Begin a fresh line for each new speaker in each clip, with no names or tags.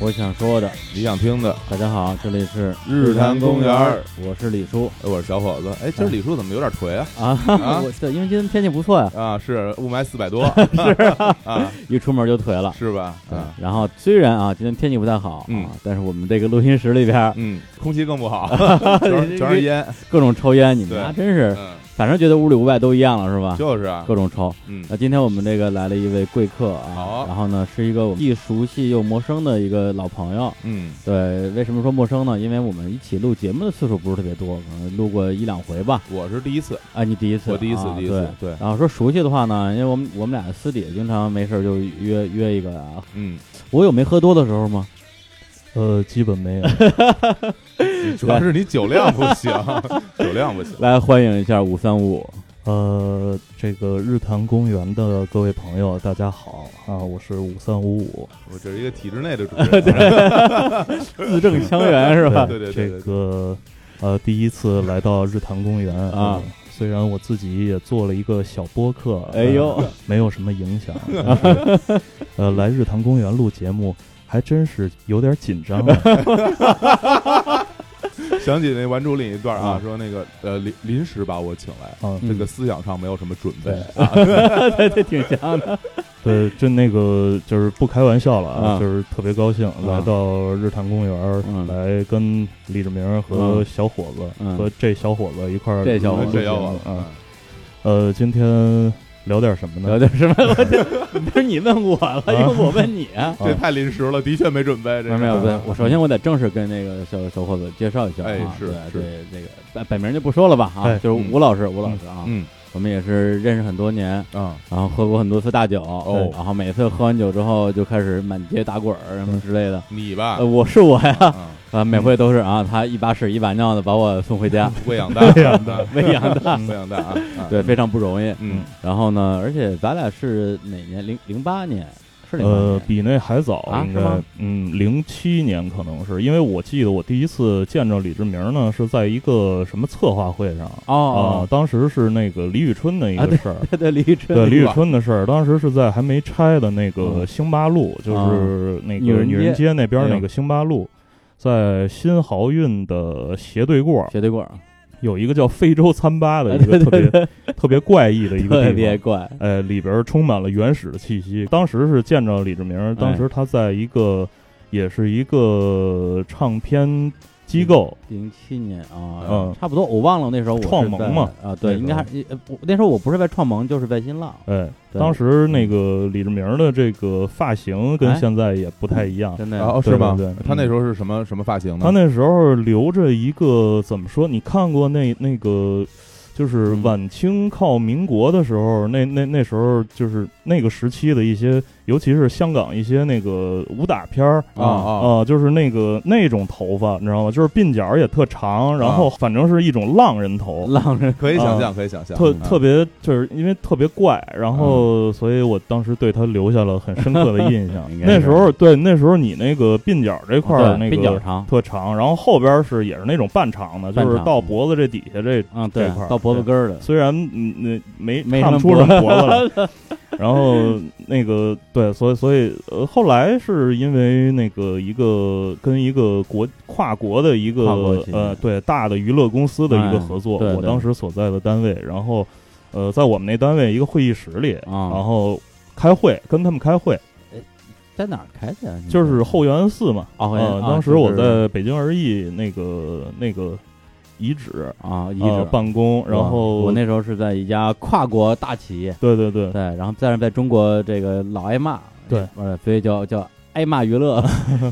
我想说的。
理想听的，
大家好，这里是
日坛公园儿，
我是李叔
哎，我是小伙子。哎，今儿李叔怎么有点颓啊？
啊。
啊
我对，因为今天天气不错呀，
啊，是雾霾四百多，是啊，
一出门就颓了。
是吧？
对
啊，，
然后虽然啊，今天天气不太好，
嗯
啊，但是我们这个录音室里边
嗯，空气更不好，全是全是烟，
各种抽烟，你们
对
家真是，
嗯，
反正觉得屋里屋外都一样了，是吧？
就是啊，
各种抽。
嗯
那今天我们这个来了一位贵客啊
好，
然后呢是一个我们既熟悉又陌生的一个老朋友。
嗯
对，为什么说陌生呢？因为我们一起录节目的次数不是特别多，可能录过一两回吧。
我是第一次，
啊，你第一次，
我第一次
啊、
第一次
对
对
然后说熟悉的话呢，因为我们我们俩私底下经常没事儿就约约一个啊。
嗯，
我有没喝多的时候吗？
呃，基本没有。
主要是你酒量不行， 酒量不行，
来欢迎一下五三五，
呃，这个日坛公园的各位朋友，大家好啊，我是五三五五，
我这是一个体制内的主持人，啊
字正腔 圆是吧？
对对对对
这个呃，第一次来到日坛公园
啊
呃虽然我自己也做了一个小播客，呃
哎呦，
没有什么影响，但是呃，来日坛公园录节目。还真是有点紧张啊，
想起那《顽主》里一段
啊
啊，说那个呃临临时把我请来，
啊
这个思想上没有什么准备
对
对，
对，哎挺像的。
对，就那个就是不开玩笑了
啊
就是特别高兴来到日坛公园儿，
嗯
来跟李志明和
嗯
小伙子、
嗯
和这小伙子一块儿
这小伙子嗯
录
这
节
要
目
我
啊。呃，今天聊点什么
嗯
聊
呢？
点什么？ 我这不是你问我了，因为我问你啊。
这太临时了，的确没准备，这
没
个
有没有，对我首先我得正式跟那个小小伙子介绍一下啊，
嗯哎是是
对对，那个本本名就不说了吧啊，
哎
就是吴老师，吴老师啊，
嗯
我们也是认识很多年，
啊，
然后喝过很多次大酒，哦然后每次喝完酒之后就开始满街打滚儿什
嗯
么之类的。
你吧
呃，，我是我呀，
啊，
啊，每回都是啊，他一把屎一把尿的把我送回家，
喂养蛋，喂养
蛋，
喂养的，
喂养蛋啊，啊
对，非常不容易。
嗯，
然后呢，而且咱俩是哪年？零零八年，是零八
呃，
年。
比那还早，
啊
应
是
该
吗
嗯，零七年可能是，因为我记得我第一次见着李志明呢，是在一个什么策划会上啊
哦，，
当时是那个李宇春的一
啊
个事儿，
对对，李宇春，
对李宇春的事儿，当时是在还没拆的那个
嗯
兴八路，就是那
女
个
人街
女人街那边
哎呦
那个兴八路，在新豪运的斜对过
绝对棍儿，
有一个叫非洲餐吧的
啊
一
对
个特
对
别
对，
特别怪异的一个
特
地
别
方。
怪。
呃，里边充满了原始的气息。当时是见着李志明，
哎
当时他在一个，也是一个唱片机构，
零七年啊，
嗯
差不多，我忘了那时候我是
创盟
在
嘛
啊，对，
那时候
应该还呃不那时候我不是在创盟，就是在新浪。
哎，
嗯对
当时那个李志明的这个发型跟
哎
现在也不太一样，
真的呀
哦，
嗯对
是吗
对对？
他那时候是什么什么发
嗯
型呢？
他那时候留着一个怎么说？你看过那那个，就是
嗯
晚清靠民国的时候，那那那时候就是那个时期的一些，尤其是香港一些那个武打片儿。
啊
啊、
啊
就是那个那种头发，你知道吗？就是鬓角也特长，然后反正是一种浪人头，
啊浪人
可以想象，
啊
可以想象，
特
嗯
特别就是因为特别怪，然后所以我当时对他留下了很深刻的印象
嗯 应。该是啊
那时候对，那时候你那个鬓角这块儿
对
那个
鬓角长，
特长，然后后边是也是那种半长的，
半
就
长
是到脖子这底下这，
嗯，对
这块，儿
到脖子根儿的，
虽然嗯那没
没
看
什
不
么
出什么脖子来。然后那个对，所以所以呃，后来是因为那个一个跟一个国跨国的一
跨国
个
企业
呃对大的娱乐公司的一个合作，
哎对
我
对
当时所在的单位，然后呃在我们那单位一个会议室里，
啊
然后开会跟他们开会，
在哪儿开的呀？你
就是后园寺嘛，
哦后园
呃，
啊
当时
就是
我在北京而艺那个那个遗址
啊，遗
呃
址。
办公，然后
我那时啊候是在一家跨国大企业，
对对对
对，然后但是在中国这个老挨骂，
对，
呃，所以叫叫挨骂娱 乐，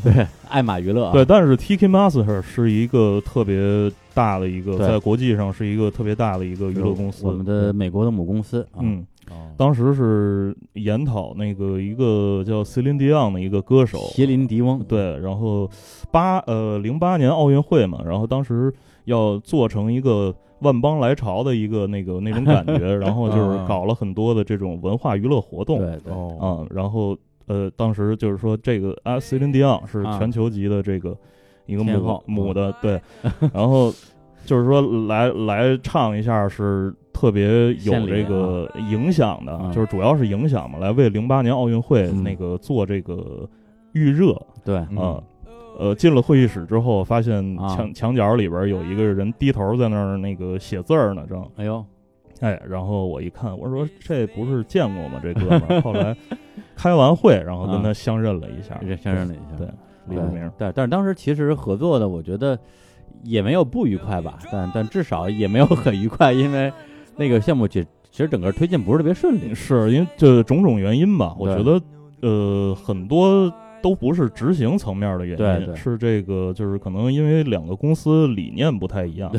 对，爱骂娱乐啊，
对，但是 Tiki Master 是一个特别大的一个，
对
在国际上是一个特别大的一个娱乐公司，
我们的美国的母公司啊，
嗯，
哦
当时是研讨那个一个叫 Celine Dion 的一个歌手，
席琳迪翁，
对，然后八呃零八年奥运会嘛，然后当时要做成一个万邦来朝的一个那个那种感觉，然后就是搞了很多的这种文化娱乐活动
嗯对对，
哦，
啊，然后呃当时就是说这个啊 c e l i n d i o 是
啊
全球级的这个一个
天
母
后嗯
母的对，然后就是说来来唱一下是。特别有
献礼
这
啊
个影响的，
啊
就是主要是影响嘛，来为零八年奥运会
嗯
那个做这个预热
对，
嗯
啊。呃，进了会议室之后，发现
嗯啊
墙、墙角里边有一个人低头在那儿那个写字儿呢，正
哎呦，
哎，然后我一看，我说这不是见过吗？这哥们儿。后来开完会，然后跟他相认了一下，
这啊相认了一下，
对
对
李志明。
对，但是当时其实合作的，我觉得也没有不愉快吧，但但至少也没有很愉快，因为那个项目其其实整个推进不是特别顺利，
是因为这种种原因吧？我觉得呃，很多都不是执行层面的原因，
对对
是这个就是可能因为两个公司理念不太一样，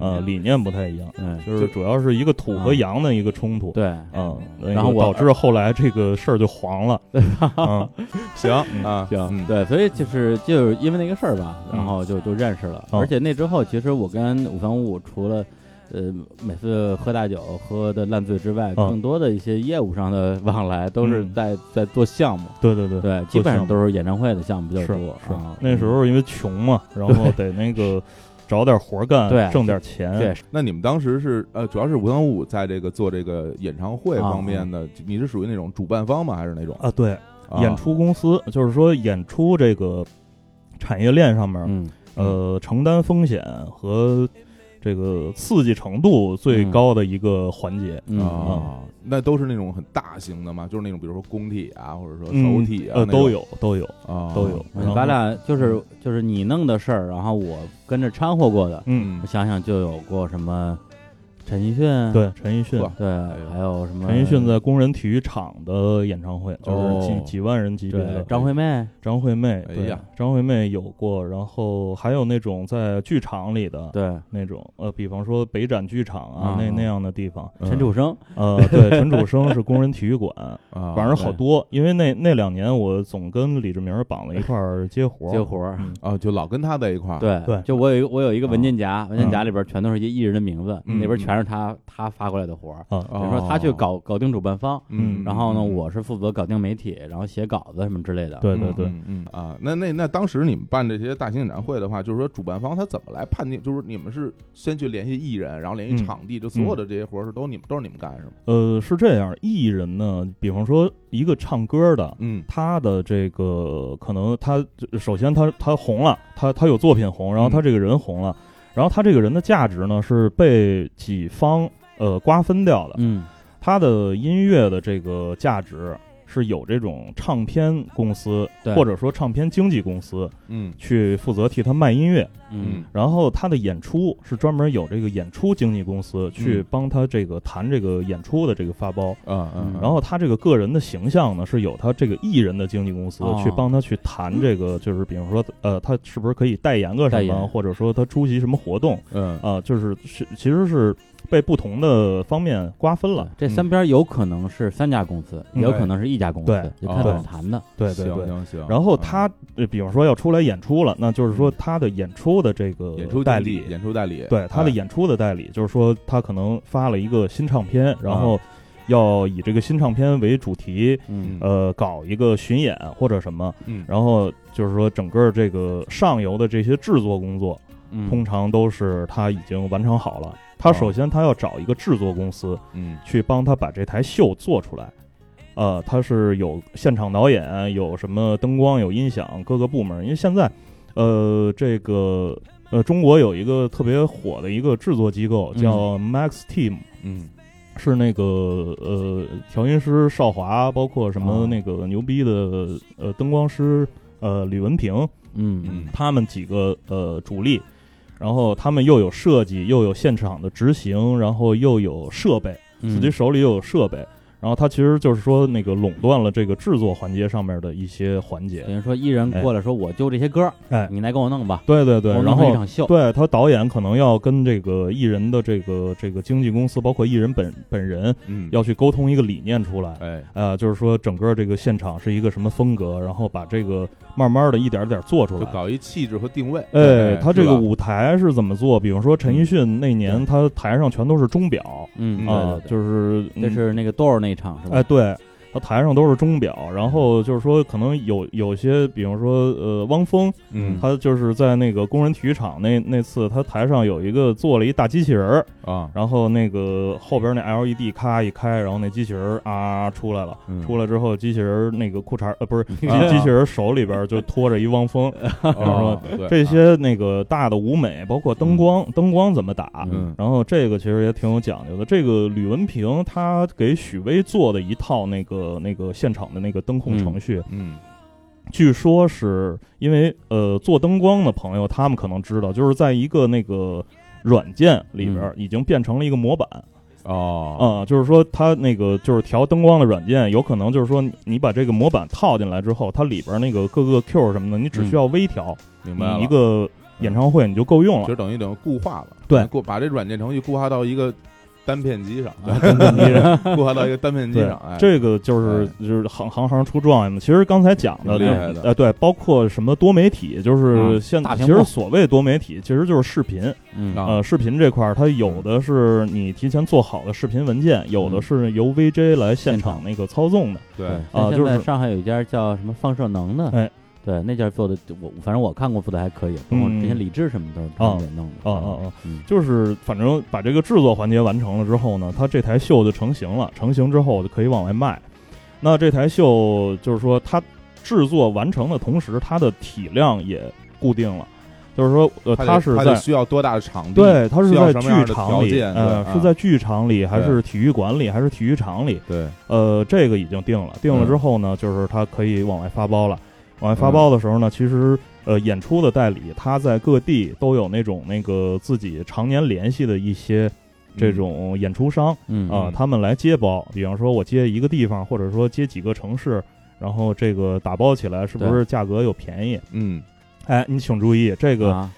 啊，理念不太一 样，
嗯，
就是主要是一个土
啊
和羊的一个冲突。
对，
嗯，那个
然后我
导致后来这个事儿就 黄了。嗯，
行啊，
行，
嗯
对，所以就是就是因为那个事儿吧，
嗯
然后就就认识了。
哦
而且那之后，其实我跟五三五五除了呃每次喝大酒喝的烂醉之外，
哦
更多的一些业务上的 往来都是
嗯
在在做项目，
对对对。
对，基本
项
上
目
都是演唱会的项目比较
是
多。
是
啊
那时候因为穷嘛，然后得那个找点活儿干，
对
挣点钱。
对
那你们当时是呃，主要是五三五在这个做这个演唱会方面的，你是属于那种主办方吗？还是那种
啊，对，
啊
演出公司就是说演出这个产业链上面，
嗯，
呃，承担风险和这个刺激程度最高的一个环节。
嗯
哦
嗯
啊？那都是那种很大型的嘛，就是那种比如说工体啊，或者说
嗯
首体啊，
呃，
那种
都有，都
哦
有，
啊，
都有。然
嗯
后嗯
咱俩就是就是你弄的事儿，然后我跟着掺和过的。
嗯，
我想想，就有过什么陈奕迅，
对，陈奕迅，
哇
对
呦，
还有什么
陈奕迅在工人体育场的演唱会，就是几、
哦
几万人级别的
对。张惠妹，
张惠妹，
哎
对，
呀
张惠妹有过，然后还有那种在剧场里的
对，
那种，呃，比方说北展剧场啊，
啊嗯
那那样的地方，
陈楚生，
呃，对，陈楚生是工人体育馆，
啊，
反正好
对
多，因为那那两年我总跟李志明绑了一块儿接活儿，
接活儿。
啊，就老跟他在一块儿，
对
嗯对嗯
就我有一个我有一个文件夹，文件夹里边全都是一艺人的名字，
嗯
里边全是他他发过来的活儿。
啊，
比
哦
如说他去搞搞定主办方，
嗯，
然后呢，我是负责搞定媒体，然后写稿子什么之类的。
对
嗯
对对，
嗯嗯啊，那那那当时你们办这些大型演唱会的话，就是说主办方他怎么来判定？就是你们是先去联系艺人，然后联系
嗯
场地，就所有的这些活儿是都你们都是你们干是吗？
呃，是这样，艺人呢，比方说一个唱歌的。
嗯
他的这个可能他，首先他他红了，他他有作品红，然后他
嗯
这个人红了，然后他这个人的价值呢是被几方呃瓜分掉的，
嗯，
他的音乐的这个价值是有这种唱片公司
对
或者说唱片经纪公司
嗯
去负责替他卖音乐，
嗯
然后他的演出是专门有这个演出经纪公司去
嗯
帮他这个谈这个演出的这个发包，
啊
嗯
然后他这个个人的形象呢是有他这个艺人的经纪公司
哦
去帮他去谈这个，就是比方说呃他是不是可以代言个
代
什么，
言
或者说他出席什么活动
嗯
啊、就是是其实是被不同的方面瓜分了，
这三边有可能是三家公司，也
嗯
有可能是一家公
对
司，就看怎么
哦
谈的。
对对
行
对。
行行，
然后
嗯
他，呃比方说要出来演出了，那就是说他的演出的这个
演出
代
经纪
理，
演出代理，
对他的
哎
演出的代理，就是说他可能发了一个新唱片，
啊
然后要以这个新唱片为主题，
嗯
呃，搞一个巡演或者什么，
嗯
然后就是说整个这个上游的这些制作工作，
嗯，哦
通常都是他已经完成好了。他首先他要找一个制作公司
嗯
去帮他把这台秀做出来。呃，他是有现场导演，有什么灯光、有音响各个部门。因为现在，呃，这个呃，中国有一个特别火的一个制作机构
嗯
叫 Max Team，、
嗯
是那个呃调音师邵华，包括什么
哦
那个牛逼的呃灯光师呃李文平，
嗯
嗯
他们几个呃主力，然后他们又有设计，又有现场的执行，然后又有设备。
嗯，
自己手里又有设备，然后他其实就是说那个垄断了这个制作环节上面的一些环节。
等于说艺人过来说，我就这些歌，
哎，
你来给我弄吧。
对对对，
我
然
弄成一
后
场秀，
对他导演可能要跟这个艺人的这个这个经纪公司，包括艺人本本人
嗯，
要去沟通一个理念出来。
哎
呃，就是说整个这个现场是一个什么风格，然后把这个慢慢的一点儿点儿做出
就
来。
搞一气质和定位，
哎，他这个
是吧
舞台是怎么做？比方说陈奕迅那年，他台上全都是钟表
嗯，
嗯
对
啊
对，对
就是嗯
这是那个豆儿那一场是吧？
哎，对，他台上都是钟表，然后就是说可能有有些，比方说呃，汪峰
嗯
他就是在那个工人体育场那那次，他台上有一个做了一大机器人儿，
啊，
然后那个后边那 LED 咔一开，然后那机器人儿啊出来了。出
来
来之后，机器人儿那个裤衩儿呃不 是机
啊
机器人儿手里边儿就拖着一汪峰，
哦 对
这些那个大的舞美，包括灯光，灯光怎么打，
嗯
然后这个其实也挺有讲究的。这个吕文平他给许巍做的一套那个那个现场的那个灯控程序，
嗯
据说是因为呃做灯光的朋友他们可能知道，就是在一个那个软件里边
嗯
已经变成了一个模板
哦
啊、就是说它那个就是调灯光的软件，有可能就是说你你把这个模板套进来之后，它里边那个各个 Q 什么的，你只需要微调，
嗯明白了
啊你一个演唱会你就够用了
其。实等于等于固化了，啊
对
固把这软件程序固化到一个单片机上，啊
迷人。
固化到一个单片机
对
上，哎，
这个就是就是行行行出状元嘛。其实刚才讲的
挺厉害的
呃，对，包括什么多媒体，就是
嗯
现
大
其
屏幕
实所谓多媒体，其实就是视频。
嗯
啊
呃，视频这块儿，它有的是你提前做好的视频文件，有
嗯
的是由 VJ 来现场那个操纵的。
对，
啊
像
就
现
是
在上海有一家叫什么放射能的，
哎，
对，那家做的我反正我看过做的还可以，包括
嗯
之前李志什么都是他们给弄的。
哦哦哦，
嗯
就是反正把这个制作环节完成了之后呢，它这台秀就成型了。成型之后就可以往外卖。那这台秀就是说，它制作完成的同时，它的体量也固定了。就是说，呃，
它
它
得
是
它
在
得需要多大的场地？
对，它是
需要
在
什么样
剧
的
场
条
里，
件
呃，
对
是
啊
在剧场里，还
对
是体育馆里，还是体育场里？
对，
呃，这个已经定了。定了之
嗯
后呢，就是它可以往外发包了。往外发
嗯
包的时候呢，其实呃，演出的代理他在各地都有那种那个自己常年联系的一些这种演出商
嗯
啊、
嗯
他们来接包。比方说，我接一个地方，或者说接几个城市，然后这个打包起来是不
对
是价格又便宜？
嗯，
哎，你请注意，这个、
啊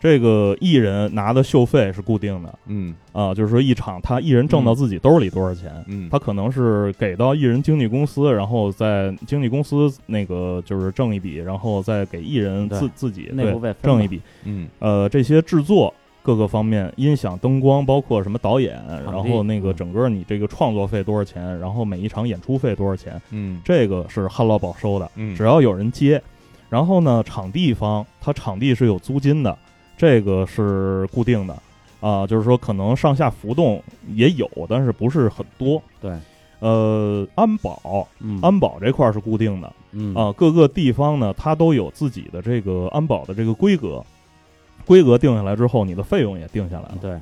这个艺人拿的秀费是固定的
嗯
啊、就是说一场他艺人挣到
嗯
自己兜里多少钱。
嗯，
他可能是给到艺人经纪公司，然后在经纪公司那个就是挣一笔，然后再给艺人
对
自自己
内部
对
外分
挣
嘛
一笔。
嗯
呃，这些制作各个方面，音响、灯光，包括什么导演，
地
然后那个
嗯
整个你这个创作费多少钱，然后每一场演出费多少钱，
嗯
这个是旱涝保收的，
嗯，
只要有人接。然后呢，场地方它场地是有租金的，这个是固定的啊、就是说可能上下浮动也有，但是不是很多。
对，
呃，安保
嗯
安保这块儿是固定的
嗯
啊，各个地方呢，它都有自己的这个安保的这个规格，规格定下来之后，你的费用也定下来了。
嗯
对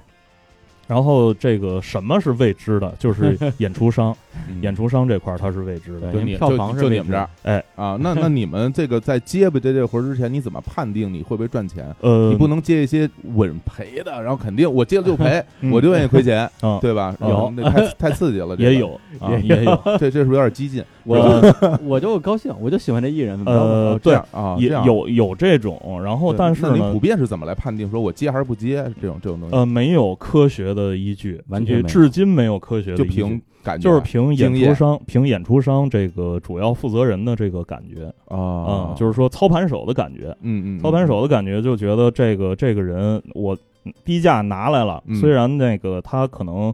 然后这个什么是未知的，就是 演出商，
嗯
演出商这块儿它是未知的。
对
就
因为
你
票
就
房是
就
未
你们
知
这儿，
哎
啊，那那你们这个在接不接这活儿之前，你怎么判定你会不会赚钱？
呃，
你不能接一些稳赔的，然后肯定我接了就赔，
嗯
我就愿意亏钱，
啊，
对吧？
有
然后那太太刺激了，这个嗯
也，有啊，
也
也有。
这这是不是有点激进？
我就我就高兴，我就喜欢这艺人，怎么着吧
呃
哦这样啊，
也
这样
有有这种，然后
对
哦但是
那你
呢
普，遍是怎么来判定说我接还是不接这种这种东西？
呃，没有科学的依据，
完全没有
至今没有科学的
就
依据，
凭感觉，啊
就是凭演
经
出
验
商凭演出商这个主要负责人的这个感觉啊、
啊，
就是是说操盘手的感觉，
嗯嗯，
操盘手的感觉就觉得这个这个人我低价拿来了，
嗯
虽然那个他可能。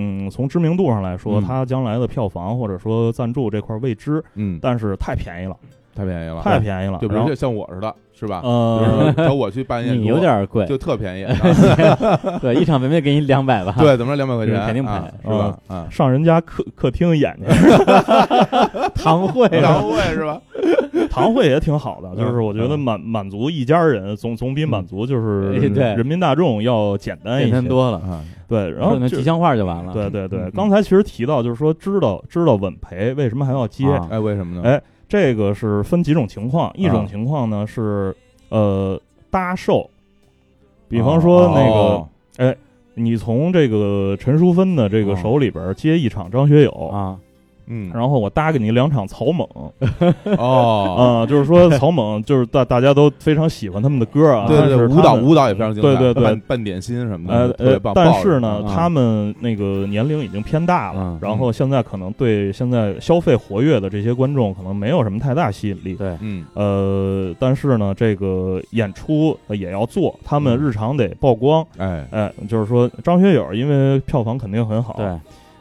嗯，从知名度上来说，
嗯
他将来的票房或者说赞助这块未知，
嗯，
但是太便宜了，
太便宜了，
太便宜
对，
了。
啊就比如
然
就
后
像我似的，是吧？比如
呃
说， 找哎我去办演出，
你有点贵，
就特便 宜，啊
对，一场明明给你两百吧，
对，怎么着两百
嗯
块
这
钱
是肯定
啊
便宜
是吧？啊，
上人家客客厅演去，
堂会
嗯
两位哎是吧？
堂会也挺 好的，
嗯
就是我觉得
嗯
满满足一家人，总总比满足就是
哎对
人民大众要简单一
简
些
单。多了，
啊，
对，然后
说那
就
吉祥话就完了，
对对对
嗯，
刚才其实提到就是说知道知道稳赔，为什么还要接？
啊
哎，为什么呢？
哎这个是分几种情况，一种
啊
情况呢是呃搭售，比方说那个、
哦
你从这个陈淑芬的这个
哦
啊
手里边接一场张学友。
啊，
嗯，
然后我搭给你两场草蜢嗯
哦，
啊、就是说草蜢就是大大家都非常喜欢他们的歌啊，
对对
但
对，
是
舞
他
蹈
们
舞蹈也非常精彩，
对对对
拌拌点心什么
呃
的，特别
呃
棒，。
但
抱着
是呢，
啊
他们那个年龄已经偏大了，
嗯
然后现在可能对现在消费活跃的这些观众可能没有什么太大吸引力。
对，
嗯
呃，但是呢，这个演出呃也要做，他
嗯
们日常得曝光。呃
哎
哎、就是说张学友，因为票房肯定很好，
对，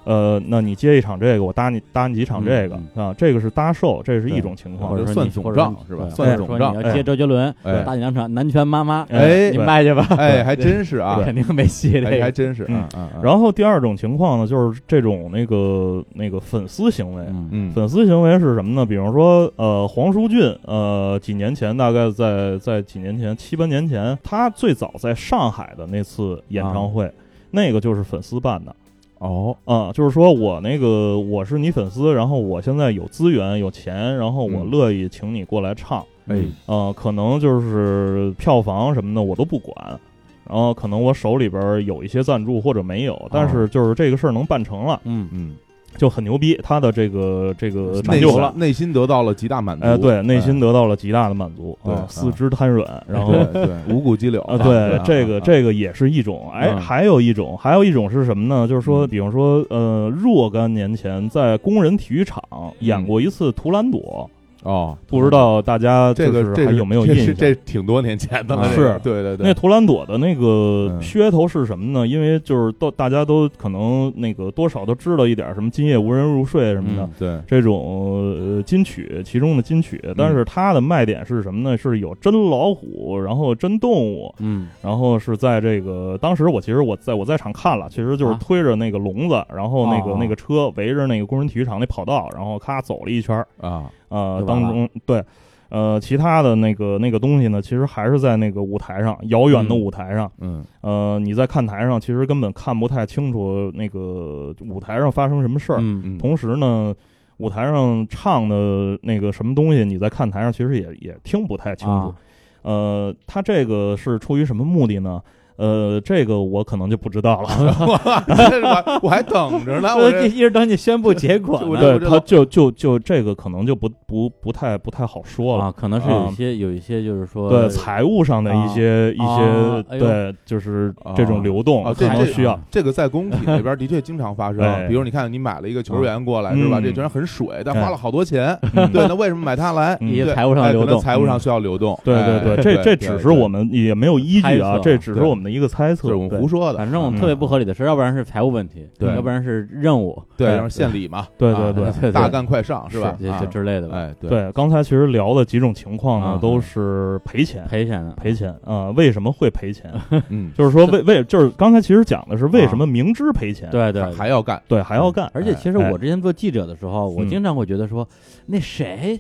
呃，那你接一场这个，我搭你搭你几场这个、
嗯
啊，这个是搭售，这是
对
一种情
或
况
者。
就
说
算
你
总
或者
账
说
是吧
对
算
或者
总
说
账
你要接
哎
周杰伦，
哎
打你两场南拳妈妈，
哎
你
对
卖去吧。
哎，还
对
真是 啊，
肯定没戏这
哎，还
个。
真是，
嗯
啊啊啊
然后第二种情况呢，就是这种那个那个粉丝行为。
嗯
嗯，
粉丝行为是什么呢？比方说，呃，黄舒骏，呃，几年前，大概在在几年前，七八年前，他最早在上海的那次演唱会，那个就是粉丝办的
哦，
啊、就是说我那个我是你粉丝，然后我现在有资源有钱，然后我
嗯
乐意请你过来唱，
哎，
呃，可能就是呃票房什么的我都不管，然后可能我手里边儿有一些赞助或者没有，但是就是这个事儿能办成了，
嗯，
嗯，
就很牛逼，他的这个这个成
内
就
心
了。
内心得到了极大满足，
哎，对，内心
哎
得到了极大的满足，
对
啊
啊
四肢瘫软，然后
对 对五谷激柳
啊，对，这个
个
这个也是一种，哎，
嗯
还有一种，还有一种是什么呢？就是说，
嗯
比方说，呃，若干年前在工人体育场演过一次图兰朵，
哦，
不知道大家
这
就
个
是
这
还
是
有没有
这
印
是
象？
这挺多年前的了，
啊
这个
是
对对
那
对，
图兰朵的那个
嗯
噱头是什么呢？因为就是都大家都可能那个多少都知道一点儿什么“今夜无人入睡”什么的、
嗯
对，
这种呃金曲，其中的金曲。但是它的卖点是什么呢？是有真老虎，然后真动物，
嗯
然后是在这个当时我其实我在我在场看了，其实就是
啊
推着那个笼子，然后那个、
哦哦
那个车围着那个工人体育场那跑道，然后咔走了一圈儿，
啊，
呃
就，完
当
了
中对，呃，其他的那个那个东西呢，其实还是在那个舞台上，遥远的
嗯
舞台上，
嗯
呃，你在看台上其实根本看不太清楚那个舞台上发生什么事儿。
嗯
嗯，
同时呢，舞台上唱的那个什么东西，你在看台上其实也也听不太清楚。
啊
呃，他这个是出于什么目的呢？呃，这个我可能就不知道
啊
了。
这是吧我还等着呢，我
我
这
呃一直等你宣布结果
我
呢
这
对，他就就就这个可能就不不不太不太好说了。
啊，可能是有一些有一些就是说
呃
对财务上的一些、一
啊
些、
哎呦
对，就是这种流动、
啊，这
可能
这
需要。
这个在工体那边的确经常发生，
哎
比如你看你买了一个球员过来是吧？
嗯
这球员很水，但
哎
花了好多钱，
嗯
对，那为什么买他来？
嗯
一
对
些财务上的
哎
流
可能
动，
财务上需要流动，
对
哎
对对，这这只是
对
我们也没有依据
猜，
啊
测
这只是
对
我们的一个猜测。
就是我们
对
胡说的，
反正
嗯
特别不合理的事，要不然是财务问题，
嗯对
要不然是任务，
对，
哎
然后献礼嘛，
对
啊
对对
对对
大干快上是吧？
就
啊
就之类的吧，
哎，对，
对，刚才其实聊的几种情况
啊
呢，都是赔
哎
钱，
赔钱的，
赔钱啊、为什么会赔钱？
嗯，
就是说为为就是刚才其实讲的是为什么明知赔钱，
对对
还。还要干，
对还要干，
而且其实
哎
我之前做记者的时候，我
嗯
经常会觉得说，那谁，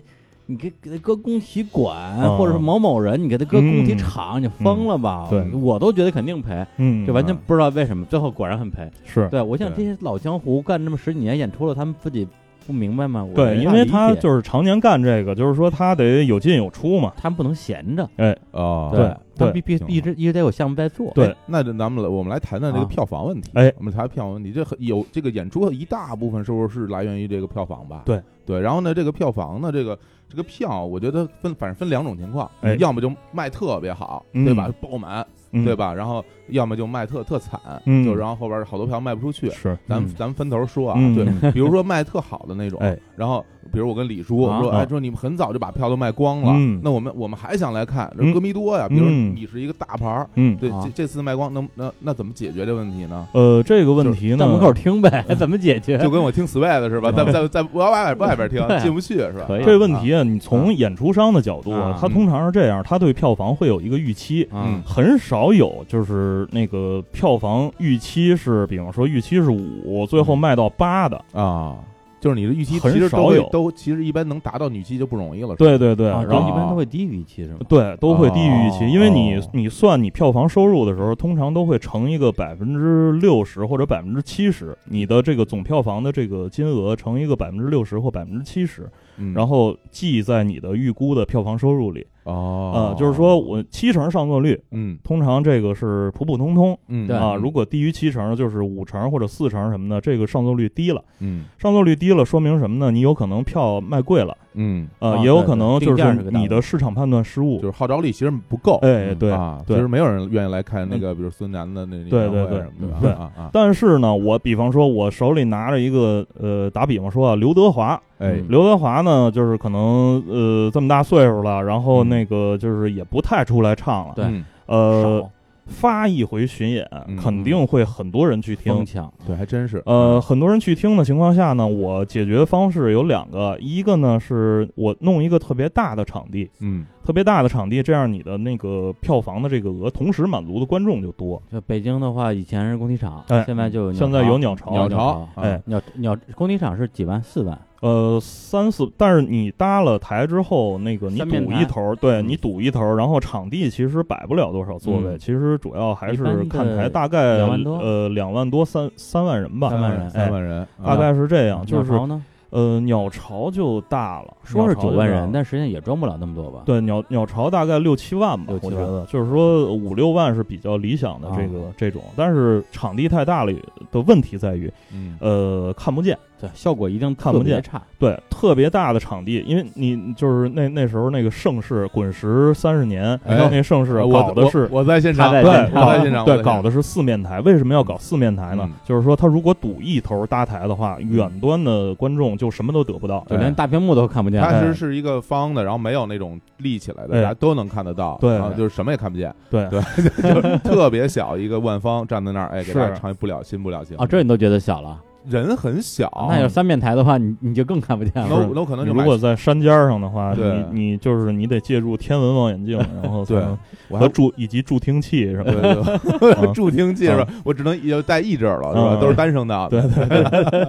你给给他搁工体馆，
嗯
哦
或者是某某人，你给他搁工体
嗯
厂，你疯了吧？
对
我都觉得肯定赔，
嗯，
就完全不知道为什么，最后果然很赔。
是
对，我想这
对
些老江湖干这么十几年演出了，他们自己不明白吗？我
对，
没
因
法
为
理
他
解
就是常年干这个，就是说他得有进有出嘛。
他们不能闲着，
哦
对
他们必必
行
必一直一直得有项目在做。
对
哎那就咱们来我们来谈谈这个
啊
票房问题。
哎
我们谈票房问题，这很有这个演出一大部分收入是来源于这个票房吧？
对
对，然后呢，这个票房呢，这个这个票，我觉得分反正分两种情况，
哎
要么就卖特别好，
嗯
对吧？爆满，
嗯
对？吧？然后要么就卖特特惨，
嗯
就然后后边好多票卖不出去。
是，
咱们
嗯
咱们分头说啊，
嗯
对， 比如说卖特好的那种，
哎
然后比如我跟李叔
啊
说，
啊
哎，说你们很早就把票都卖光了，
嗯
那我们我们还想来看，这
嗯
歌迷多呀。比如
嗯
你是一个大牌儿，
嗯，
对，
啊
这这次卖光，能那那怎么解决这问题呢？
呃，这个问题
在
呢，
门口听呗， 怎么解
哎
决？
就跟我听 Sway 似的，在在在我要外边外边听
对，啊
进不去是吧？
可以
这个问题啊，你从演出商的角度
啊，
他通常是这样，他对票房会有一个预期。
嗯
很少有，就是那个票房预期是，比方说预期是五，最后卖到八的，
啊，就是你的预期
很
其实都
少
会
有
都其实一般能达到女期就不容易了。是吧
对对对，
啊，
然
然
后
后一般都会低于预期是吗？
对，都会低于预期，
哦
因为你
哦
你算你票房收入的时候，通常都会乘一个百分之六十或者百分之七十，你的这个总票房的这个金额乘一个百分之六十或百分之七十，
嗯
然后记在你的预估的票房收入里。
哦
呃，，就是说我七成上座率，
嗯
通常这个是普普通通
嗯
对
啊，如果低于七成，就是五成或者四成什么的，这个上座率低了。
嗯
上座率低了，说明什么呢？你有可能票卖贵了，
嗯，
呃，
啊
也有
对
可
对
能
定
就
价是
是
个大
你的
问
市场判断失误
就。是号召力其实不够。
哎，
嗯
对，
啊，
对
其实没有人愿意来看那个，比如孙楠的那
对对对
对
嗯
对
啊啊，
但是呢，我比方说，我手里拿着一个，呃，打比方说啊，刘德华，
哎
嗯
刘德华呢，就是可能呃这么大岁数了，然后
嗯
那个就是也不太出来唱了，
对
嗯
呃
少，
发一回巡演
嗯，
肯定会很多人去听
疯。抢，
对，还真是，
呃，很多人去听的情况下呢，我解决方式有两个，一个呢是我弄一个特别大的场地，
嗯，
特别大的场地，这样你的那个票房的这个额，同时满足的观众就多。
就北京的话，以前是工体场，
哎
现在就有
现在有鸟巢，
鸟
鸟
巢啊
巢，
哎，
鸟鸟工体场是几万四万，
呃，三四，但是你搭了台之后，那个你
三面
堵
台
一头，对
嗯
你堵一头，然后场地其实摆不了多少座位，
嗯
其实主要还
一般
是
的
看台，大概
两万多
呃两万多三三万人吧，哎
三万人
哎
嗯
三万人，啊
大概是这样，就
鸟
是
巢呢
呃鸟巢就大了，
说是九万人，
但
但实际上也装不了那么多
啊
吧？
对鸟鸟巢大概六七万吧
六，七
我觉
万
得就是说五六万是比较理想的这
啊
个这种，但是场地太大了的问题在于
嗯，
呃看不见。
对，效果一定
看不
特别
见
差，
对，特别大的场地，因为你就是那那时候那个盛世滚石三十年，
哎
那盛世
我
搞的是
我我在现场，
他在
对
现
我
场
在
搞
现场，
对搞的是四面台。为什么要搞四面台呢？
嗯
就是说，他如果堵一头搭台的话，远端的观众就什么都得不到。
就连大屏幕都看不见。
它
哎
其实是一个方的，然后没有那种立起来的，
哎
大家都能看得到，
对
啊就是什么也看不见，
对
对，就是特别小一个万方站在那儿，哎，给
是
大家唱一不了心不了情
啊，这你都觉得小了？
人很
哦
小，
那要三面台的话，你你就更看不见
那
了。
我那我可能
你
就
如
买
果在山尖上的话，
对
你你就是你得借助天文望 远镜，然后才
对
能
我
和
还
助以及助听器什 么
对
的。
对对
啊
助听器是吧？我只能要带一只耳朵是吧？
嗯
都是单声道的，
对对对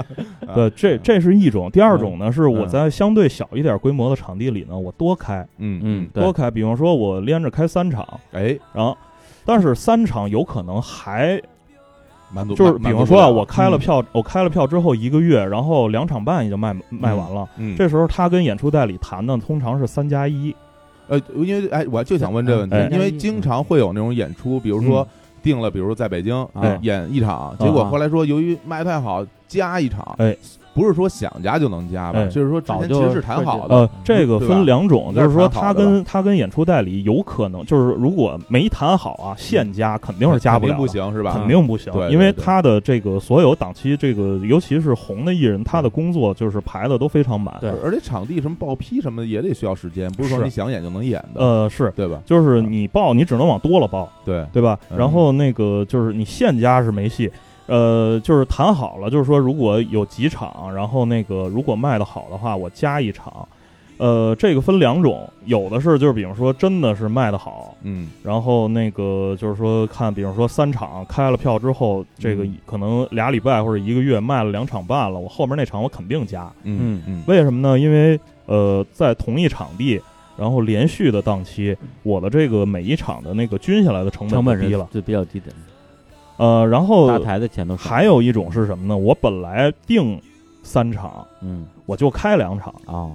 啊
对，这这是一种。第二种呢，是我
嗯
在相对小一点规模的场地里呢，我多开
嗯
嗯，，对，
多开，比方说我连着开三场，
哎，
然后，但是三场有可能还
满足
就是，比
满
方
足
说啊，
不了嗯
我开了票，我开了票之后一个月，然后两场半已经卖卖完了。
嗯，
这时候他跟演出代理谈呢，通常是三加一，
呃，因为哎，我就想问这个问题
哎，
因为经常会有那种演出，比如说
嗯啊
定了，比如说在北京啊
哎
演一场，结果后来说由于卖太好加一场，
哎，
不是说想加就能加吧，
哎
就是说之前
早
其
就
实是谈好的，
呃，这个
对吧
分两种，就是说他
那是谈好
跟他跟演出代理有可能就是如果没谈好啊，现加肯定是加
肯定
了，
不，行是吧？
肯定不行
对，对
因为
对
他的这个所有档期，这个尤其是红的艺人，他的工作就是排的都非常满，
对
而而且场地什么报批什么的也得需要时间，不是说
是
你想演就能演的，
呃，是。
对吧？
就是你报，你只能往多了报，
对，
对吧？
嗯
然后那个就是你现加是没戏，呃，就是谈好了，就是说如果有几场，然后那个如果卖的好的话，我加一场。呃，这个分两种，有的是就是比如说真的是卖的好，
嗯，
然后那个就是说看，比如说三场开了票之后，这个
嗯
可能俩礼拜或者一个月卖了两场半了，我后面那场我肯定加。
嗯嗯
为什么呢？因为呃，在同一场地，然后连续的档期，我的这个每一场的那个均下来的成本
成本
就是低了。
就比较低的，
呃，然
大
后
台的钱都少
还有一种是什么呢？我本来定三场，
嗯
我就开两场，
哦，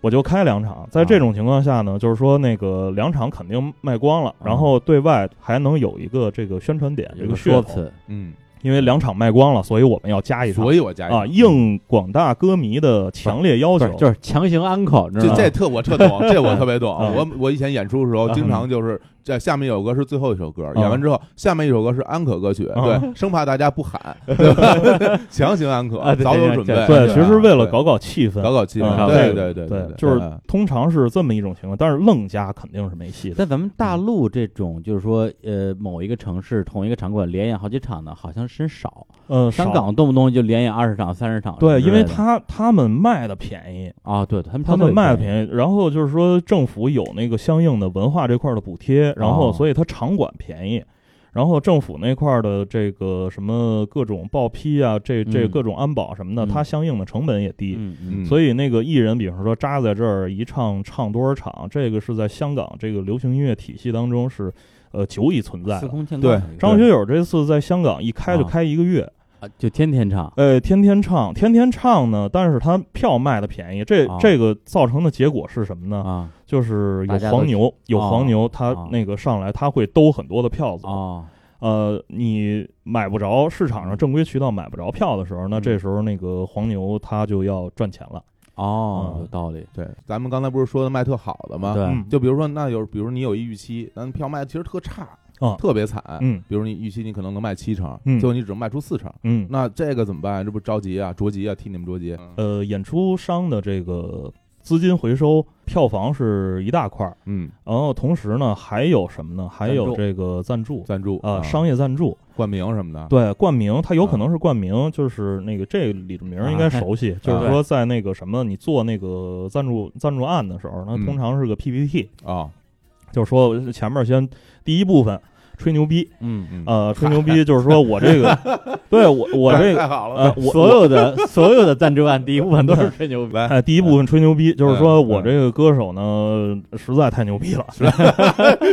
我就开两场。在这种情况下呢，就是说那个两场肯定卖光了，
啊
然后对外还能有一个这个宣传点，
有
一个
说
噱头。
辞，
嗯，
因为两场卖光了，所以我们要加一场
所以我加一
啊，应广大歌迷的强烈要
不
求
是，就是强行安口，你知
这
道吗
这？特我特懂，这我特别 懂。
嗯
我我以前演出的时候，
嗯
经常就是在下面有歌是最后一首歌，
嗯
演完之后下面一首歌是安可歌曲，
嗯
对，生怕大家不 喊，对吧强行安可
啊，对
早有
对
准
对
备。
对，
吧
其实为了搞搞气氛
对，搞搞气氛，
嗯
对
这
对对
个对
对，，啊
就是通常是这么一种情况，但是愣加肯定是没戏的。
在咱们大陆这种，就是说，呃，某一个城市同一个场馆连演好几场的，好像真少。
嗯，
香
少
港动不动就连演二十场、三十场之类的。
对，因为他他们卖的便宜，
啊，对他们
他们卖的
宜，
便宜，然后就是说政府有那个相应的文化这块儿的补贴，然后
哦
所以它场馆便宜。然后政府那块儿的这个什么各种报批啊，这这
嗯
各种安保什么的，
嗯
它相应的成本也低，
嗯嗯，
所
以
以那个艺人，比方说扎在这儿一唱唱多少场，这个是在香港这个流行音乐体系当中是呃久已存在
司
的。
空见
对
惯了已经。
张学友这次在香港一开就开一个月，
啊就天天唱，
呃，天天唱，天天唱呢，但是他票卖的便宜，这、
啊
这个造成的结果是什么呢？
啊
就是有
大家都
黄牛，有黄牛，他
啊
那个上来他会兜很多的票子，
哦，
呃，你买不着市场上正规渠道买不着票的时候，那
嗯
这时候那个黄牛他就要赚钱了，
哦，
嗯
有道理。
对，咱们刚才不是说的卖特好的吗？
对
嗯
就比如说，那有，比如你有一预期，但票卖的其实特差
啊，
特别惨。
嗯
比如你预期你可能能卖七成，
嗯
结果你只能卖出四成，
嗯，
那这个怎么办？这不着急啊，着急啊，替你们着急。
呃，演出商的这个资金回收、票房是一大块儿，
嗯，
然后同时呢还有什么呢？还
赞
有
助
这个赞助。
赞助
啊，商业赞助，
冠名什么的，
对冠名，它有
啊
可能是冠名，就是那个这李志明应该熟悉，就是说在那个什么，你做那个赞助赞助案的时候，那
嗯
通常是个 PPT，、
啊，
就是说前面先第一部分吹牛逼，
嗯，
嗯，
呃，吹 牛逼就是说我这个，对我我
太
这 个
太好了，
呃我
所有的所有的赞助案第一部分都是吹牛逼，
来
哎，第一部分吹牛逼，就是说
嗯
我这个歌手呢实在太牛逼了。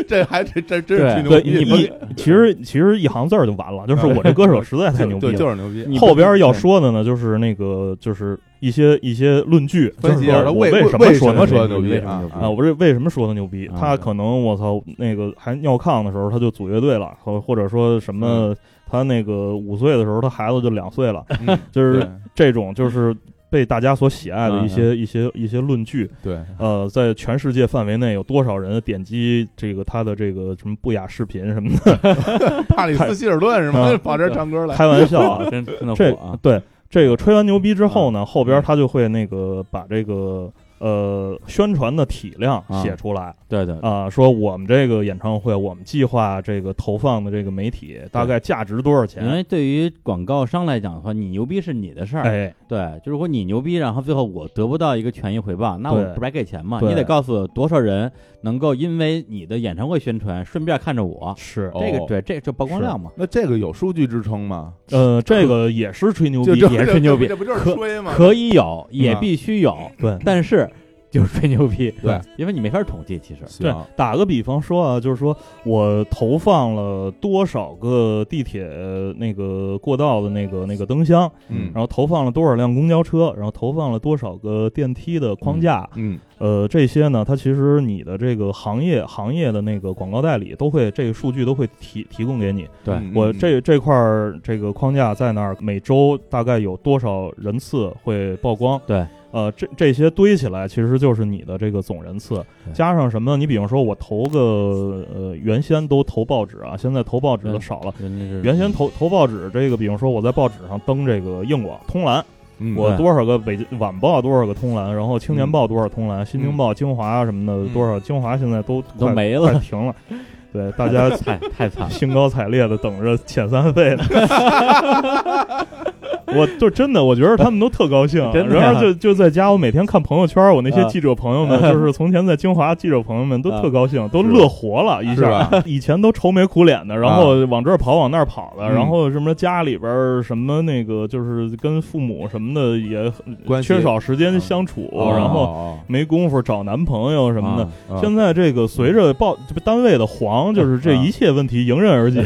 这还这这真
对
是吹牛
对，
逼，
一
对
一其实其实一行字儿就完了，就是
嗯
我这歌手实在太牛
对，
逼了。
就是牛逼。
你
后边要说的呢，就是那个就是一些一些论据，就
分
是
析一下
说
他
我
为
什
为
说
什么说
的
的啊
牛
牛
逼
逼
为什么牛逼
啊，我这为什么说他牛逼？他可能我操那个还尿炕的时候他就组乐队了，或或者说什么他那个五岁的时候他孩子就两 岁了，
嗯
就是这种就是被大家所喜爱的一
嗯
些、一些一些论据，
对对
呃，在全世界范围内有多少人点击这个他的这个什么不雅视频什么的？
帕里斯希尔顿是吗？
啊
跑这儿唱歌 来，
开玩笑 啊，
真真的
这
火啊！
对这个吹完牛逼之
嗯
后呢，后边他就会那个把这个呃宣传的体量
啊
写出来
对对，
啊、说我们这个演唱会，我们计划这个投放的这个媒体大概价值多少
因为
钱？
对于广告商来讲的话，你牛逼是你的事儿，
哎，
对，就是说你牛逼，然后最后我得不到一个权益回报，那我
对
不白给钱嘛？
对
你得告诉我多少人能够因为你的演唱会宣传，顺便看着我，
是
哦
这个对，这就曝光量嘛。
那这个有数据支撑吗？
呃，这个也是吹牛
就
逼，
这
也
是
这
吹牛逼
这不就是
可
吹吗？
可以有，也
嗯
必须有，
对。
但是就是吹牛逼，
对，
因为你没法统计，其实
对
行，
打个比方说啊，就是说我投放了多少个地铁呃那个过道的那个那个灯箱，
嗯
然后投放了多少辆公交车，然后投放了多少个电梯的框架，
嗯，
呃，这些呢，它其实你的这个行业行业的那个广告代理都会这个数据都会提提供给你。
对
嗯
我这这块儿这个框架在那儿，每周大概有多少人次会曝光？
对，
呃，这这些堆起来其实就是你的这个总人次，
对
加上什么？你比方说我投个呃，原先都投报纸啊，现在投报纸的
嗯
少了。
人家是
原先投投报纸，这个比方说我在报纸上登这个硬广、通栏，
嗯
我
对
多少个北京晚报多少个通栏，然后青年报多少通栏，新京报、京华什么的
嗯
多少，京华现在都
嗯都
快
没了
快停了。对，大 家
太太惨了。
兴高采烈的等着遣散 费呢。我就真的，我觉得他们都特高兴，啊
真的呀
然后就就在家，我每天看朋友圈，我那些
啊
记者朋友们，就是从前在清华记者朋友们都
啊
特高兴，都
是
乐活了一
是
下。
吧？
以前都愁眉苦脸的，然后
啊
往这儿跑，往那儿跑的，
嗯
然后什么家里边儿什么那个，就是跟父母什么的也
关系
缺少时间相处，
哦
然后
后
没工夫找男朋友什么的。
啊
哦
现在这个随着报这不单位的黄，就是这
啊
一切问题迎刃 而解。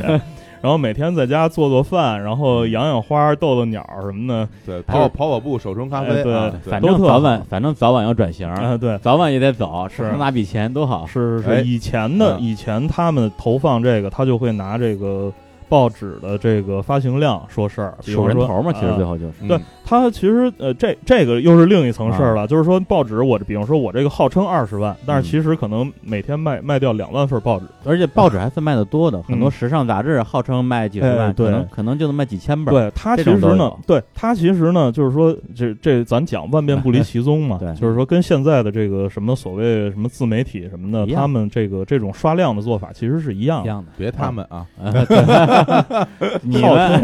然后每天在家做做饭，然后养养花、逗逗鸟什么的，
对跑跑跑跑步，手冲咖啡，
哎对
啊
反
都
正
特
早
好
晚，反正早晚要转型，
啊，对，
早晚也得走，
是
省哪笔钱都好。
是是
哎
是，以前的
啊
嗯
以前他们投放这个，他就会拿这个报纸的这个发行量说事儿，比
数
方
人
说
头嘛，其实
啊
最后就是，
对
嗯
他其实呃，这这个又是另一层事
啊
儿了，就是说报纸我，这比方说我这个号称二十万，
嗯
但是其实可能每天卖卖掉两万份报纸，
而且报纸还算卖的多的，很多时尚杂志号称卖几十万，
嗯哎对
可能可能就能卖几千本。，嗯
对他其
这种
实
都
呢
有，，
对他其实呢，就是说这这咱讲万变不离其宗嘛
对
就是说跟现在的这个什么所谓什么自媒体什么的
一，样
他们这个这种刷量的做法其实是一样
一
的，
样的。
别他们啊，
你
号
们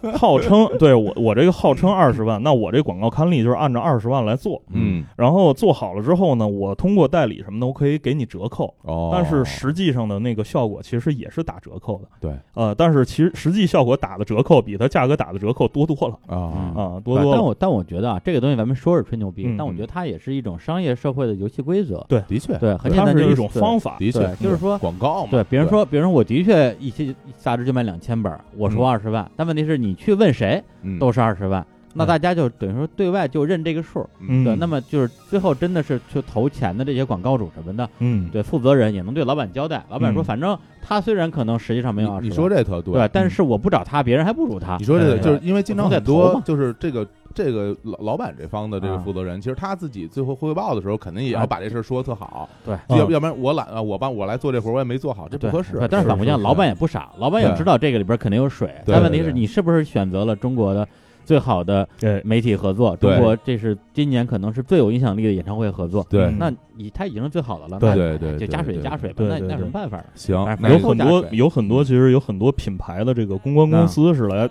称号称 对我我这个号称二十万，那我这广告刊例就是按照二十万来做，
嗯，
然后做好了之后呢，我通过代理什么的，我可以给你折扣。
哦，
但是实际上的那个效果其实也是打折扣的，
对，
呃，但是其实实际效果打的折扣比它价格打的折扣多多了
啊
嗯，
啊，多
但
多了。
我但我觉得啊，这个东西咱们说是吹牛逼，
嗯
但我觉得它也是一种商业社会的游戏规则。
的确，
对，很简
它
单，就是
一种方法，
的确
对，就是说
广告嘛，
对，别人说，别人说我的确一期杂志就卖两千本儿，我
嗯
说二十万，但问题是你去问谁
嗯
都是二十万，那大家就等于说对外就认这个数。
嗯
对，
嗯
那么就是最后真的是去投钱的这些广告主什么的，
嗯，
对负责人也能对老板交代，老板说
嗯
反正他虽然可能实际上没有20万，
你你说这特对
对，但是我不找他，别人还不如他
你。说这个
对
就是因为经常很
我
多
们在投嘛
就是这个这个老老板这方的这个
啊
负责人，其实他自己最后汇报的时候，肯定也要
啊
把这事儿说特好，
对
要
嗯
要不然我懒啊，我帮我来做这活儿，我也没做好，这不
对
合适
对。但是
是
反过
是
来，
是
老板也不傻，老板也知道这个里边肯定有水，
对
但问题
对
是
对
你是不是选择了中国的最好的
哎，
媒体合作，
对
中国这是今年可能是最有影响力的演唱会合作。
对
嗯
那已他已经是最好的了，
对
那
对对
就
对
加水
对
加水吧，
对
那
对
那有什
对
么办法？
行，
反正
那
有
就
很
价
多
格嗯
有很多，其实有很多品牌的这个公关公司是来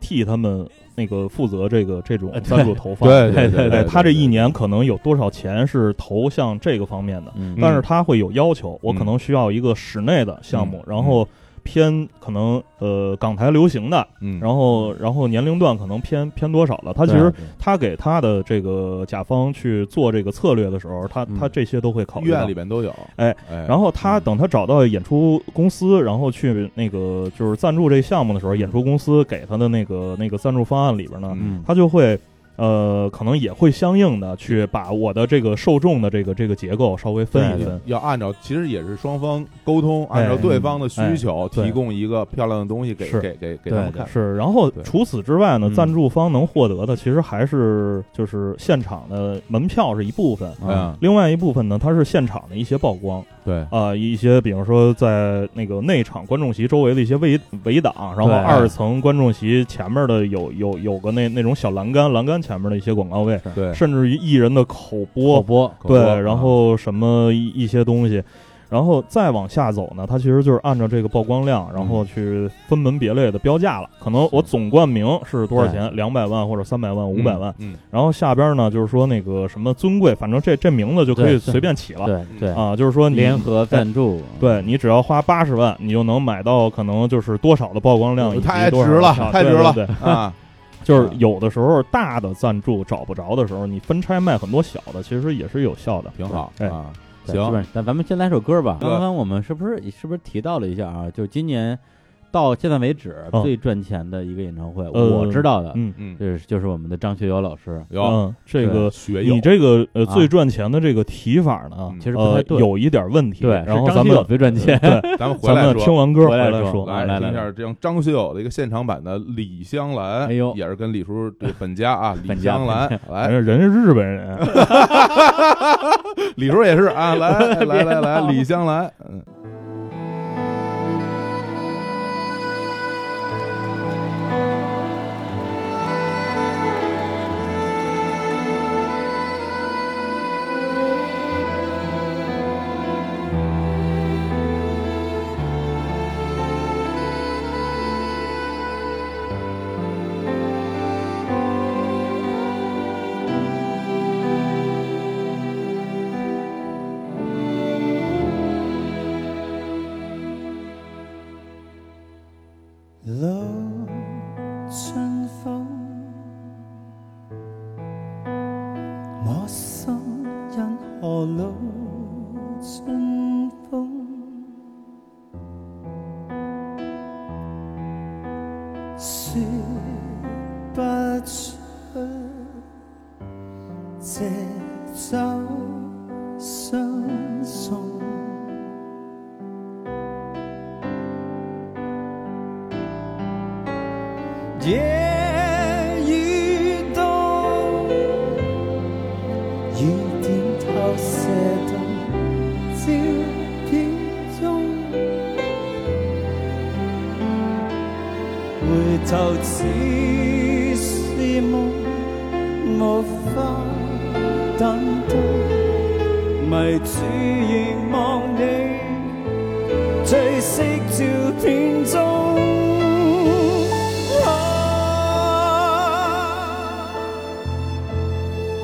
替他们那个负责这个这种
呃对
赞助投放。
对对
对
哎，他这一
对
年可能有多少钱是投向这个方面的？
嗯，
但是他会有要求，我
嗯
可能需要一个室内的项目，
嗯
然后偏可能呃港台流行的，
嗯，
然后然后年龄段可能偏偏多少的。他其实
对
他给他的这个甲方去做这个策略的时候，他
嗯
他这些都会考虑到
院里边都有，
哎
哎，
然后他
嗯
等他找到演出公司，然后去那个就是赞助这项目的时候，演出公司给他的那个那个赞助方案里边呢，
嗯
嗯嗯，
他就会呃，可能也会相应的去把我的这个受众的这个这个结构稍微分一
对
分。
要按照，其实也是双方沟通，按照
哎
对
嗯
方的需
哎
求
对
提供一个漂亮的东西给
是
给给给他们
对
看。
是，然后
对
除此之外呢，
嗯
赞助方能获得的其实还是就是现场的门票是一部分，
嗯，
另外一部分呢，它是现场的一些曝光。
对，
啊、一些比方说在那个内场观众席周围的一些围围挡，然后
对
二层观众席前面的有有有个那那种小栏杆，栏杆前面的一些广告位，
对，
甚至于艺人的口
口
播，
播
口播
对，
啊
然后什么一一些东西，然后再往下走呢，它其实就是按照这个曝光量，然
嗯
后去分门别类的标价了。可能我总冠名是多少钱，两百万或者三百万、五百万，
嗯，
然后下边呢就是说那个什么尊贵，反正这这名字就可
对
以随便起
嗯
了。
对对，
啊，就是说你
联合赞助，
对你只要花八十万，你就能买到可能就是多少的曝光量，以及
太
多少
值
的
了
票
太
对
值
对
了
对，
嗯啊，
就是有的时候大的赞助找不着的时候，你分拆卖很多小的，其实也是有效的。
挺好
哎
啊，
对基本
行，
上但咱们先来首歌吧。
对
刚刚我们是不是是不是提到了一下啊？就今年到现在为止
嗯
最赚钱的一个演唱会，
呃
我知道的，
嗯，
嗯，
就是就是我们的张学友老师，
有
嗯，这个
学友
你，这个呃
啊
最赚钱的这个提法呢
嗯，
其实不
呃
太对，
有一点问题。
对，是
然后
张
咱
学友
们嗯
最赚钱，
咱们回
咱
来
们听
说。
完歌
回来
来
说
说。
来来
听一
来
下这样张学友的一个现场版的《李香兰》，
哎呦
也是跟李叔对本家啊，李
本家
香兰，来，
反正人是日 本人，
李叔也是啊，来来来来，李香兰，嗯，
路春风，我心因何路春风？说不出这酒相送。夜与冬，雨点透射到照片中。回头只是梦，无法等到迷住凝望你。最惜照片中。啊，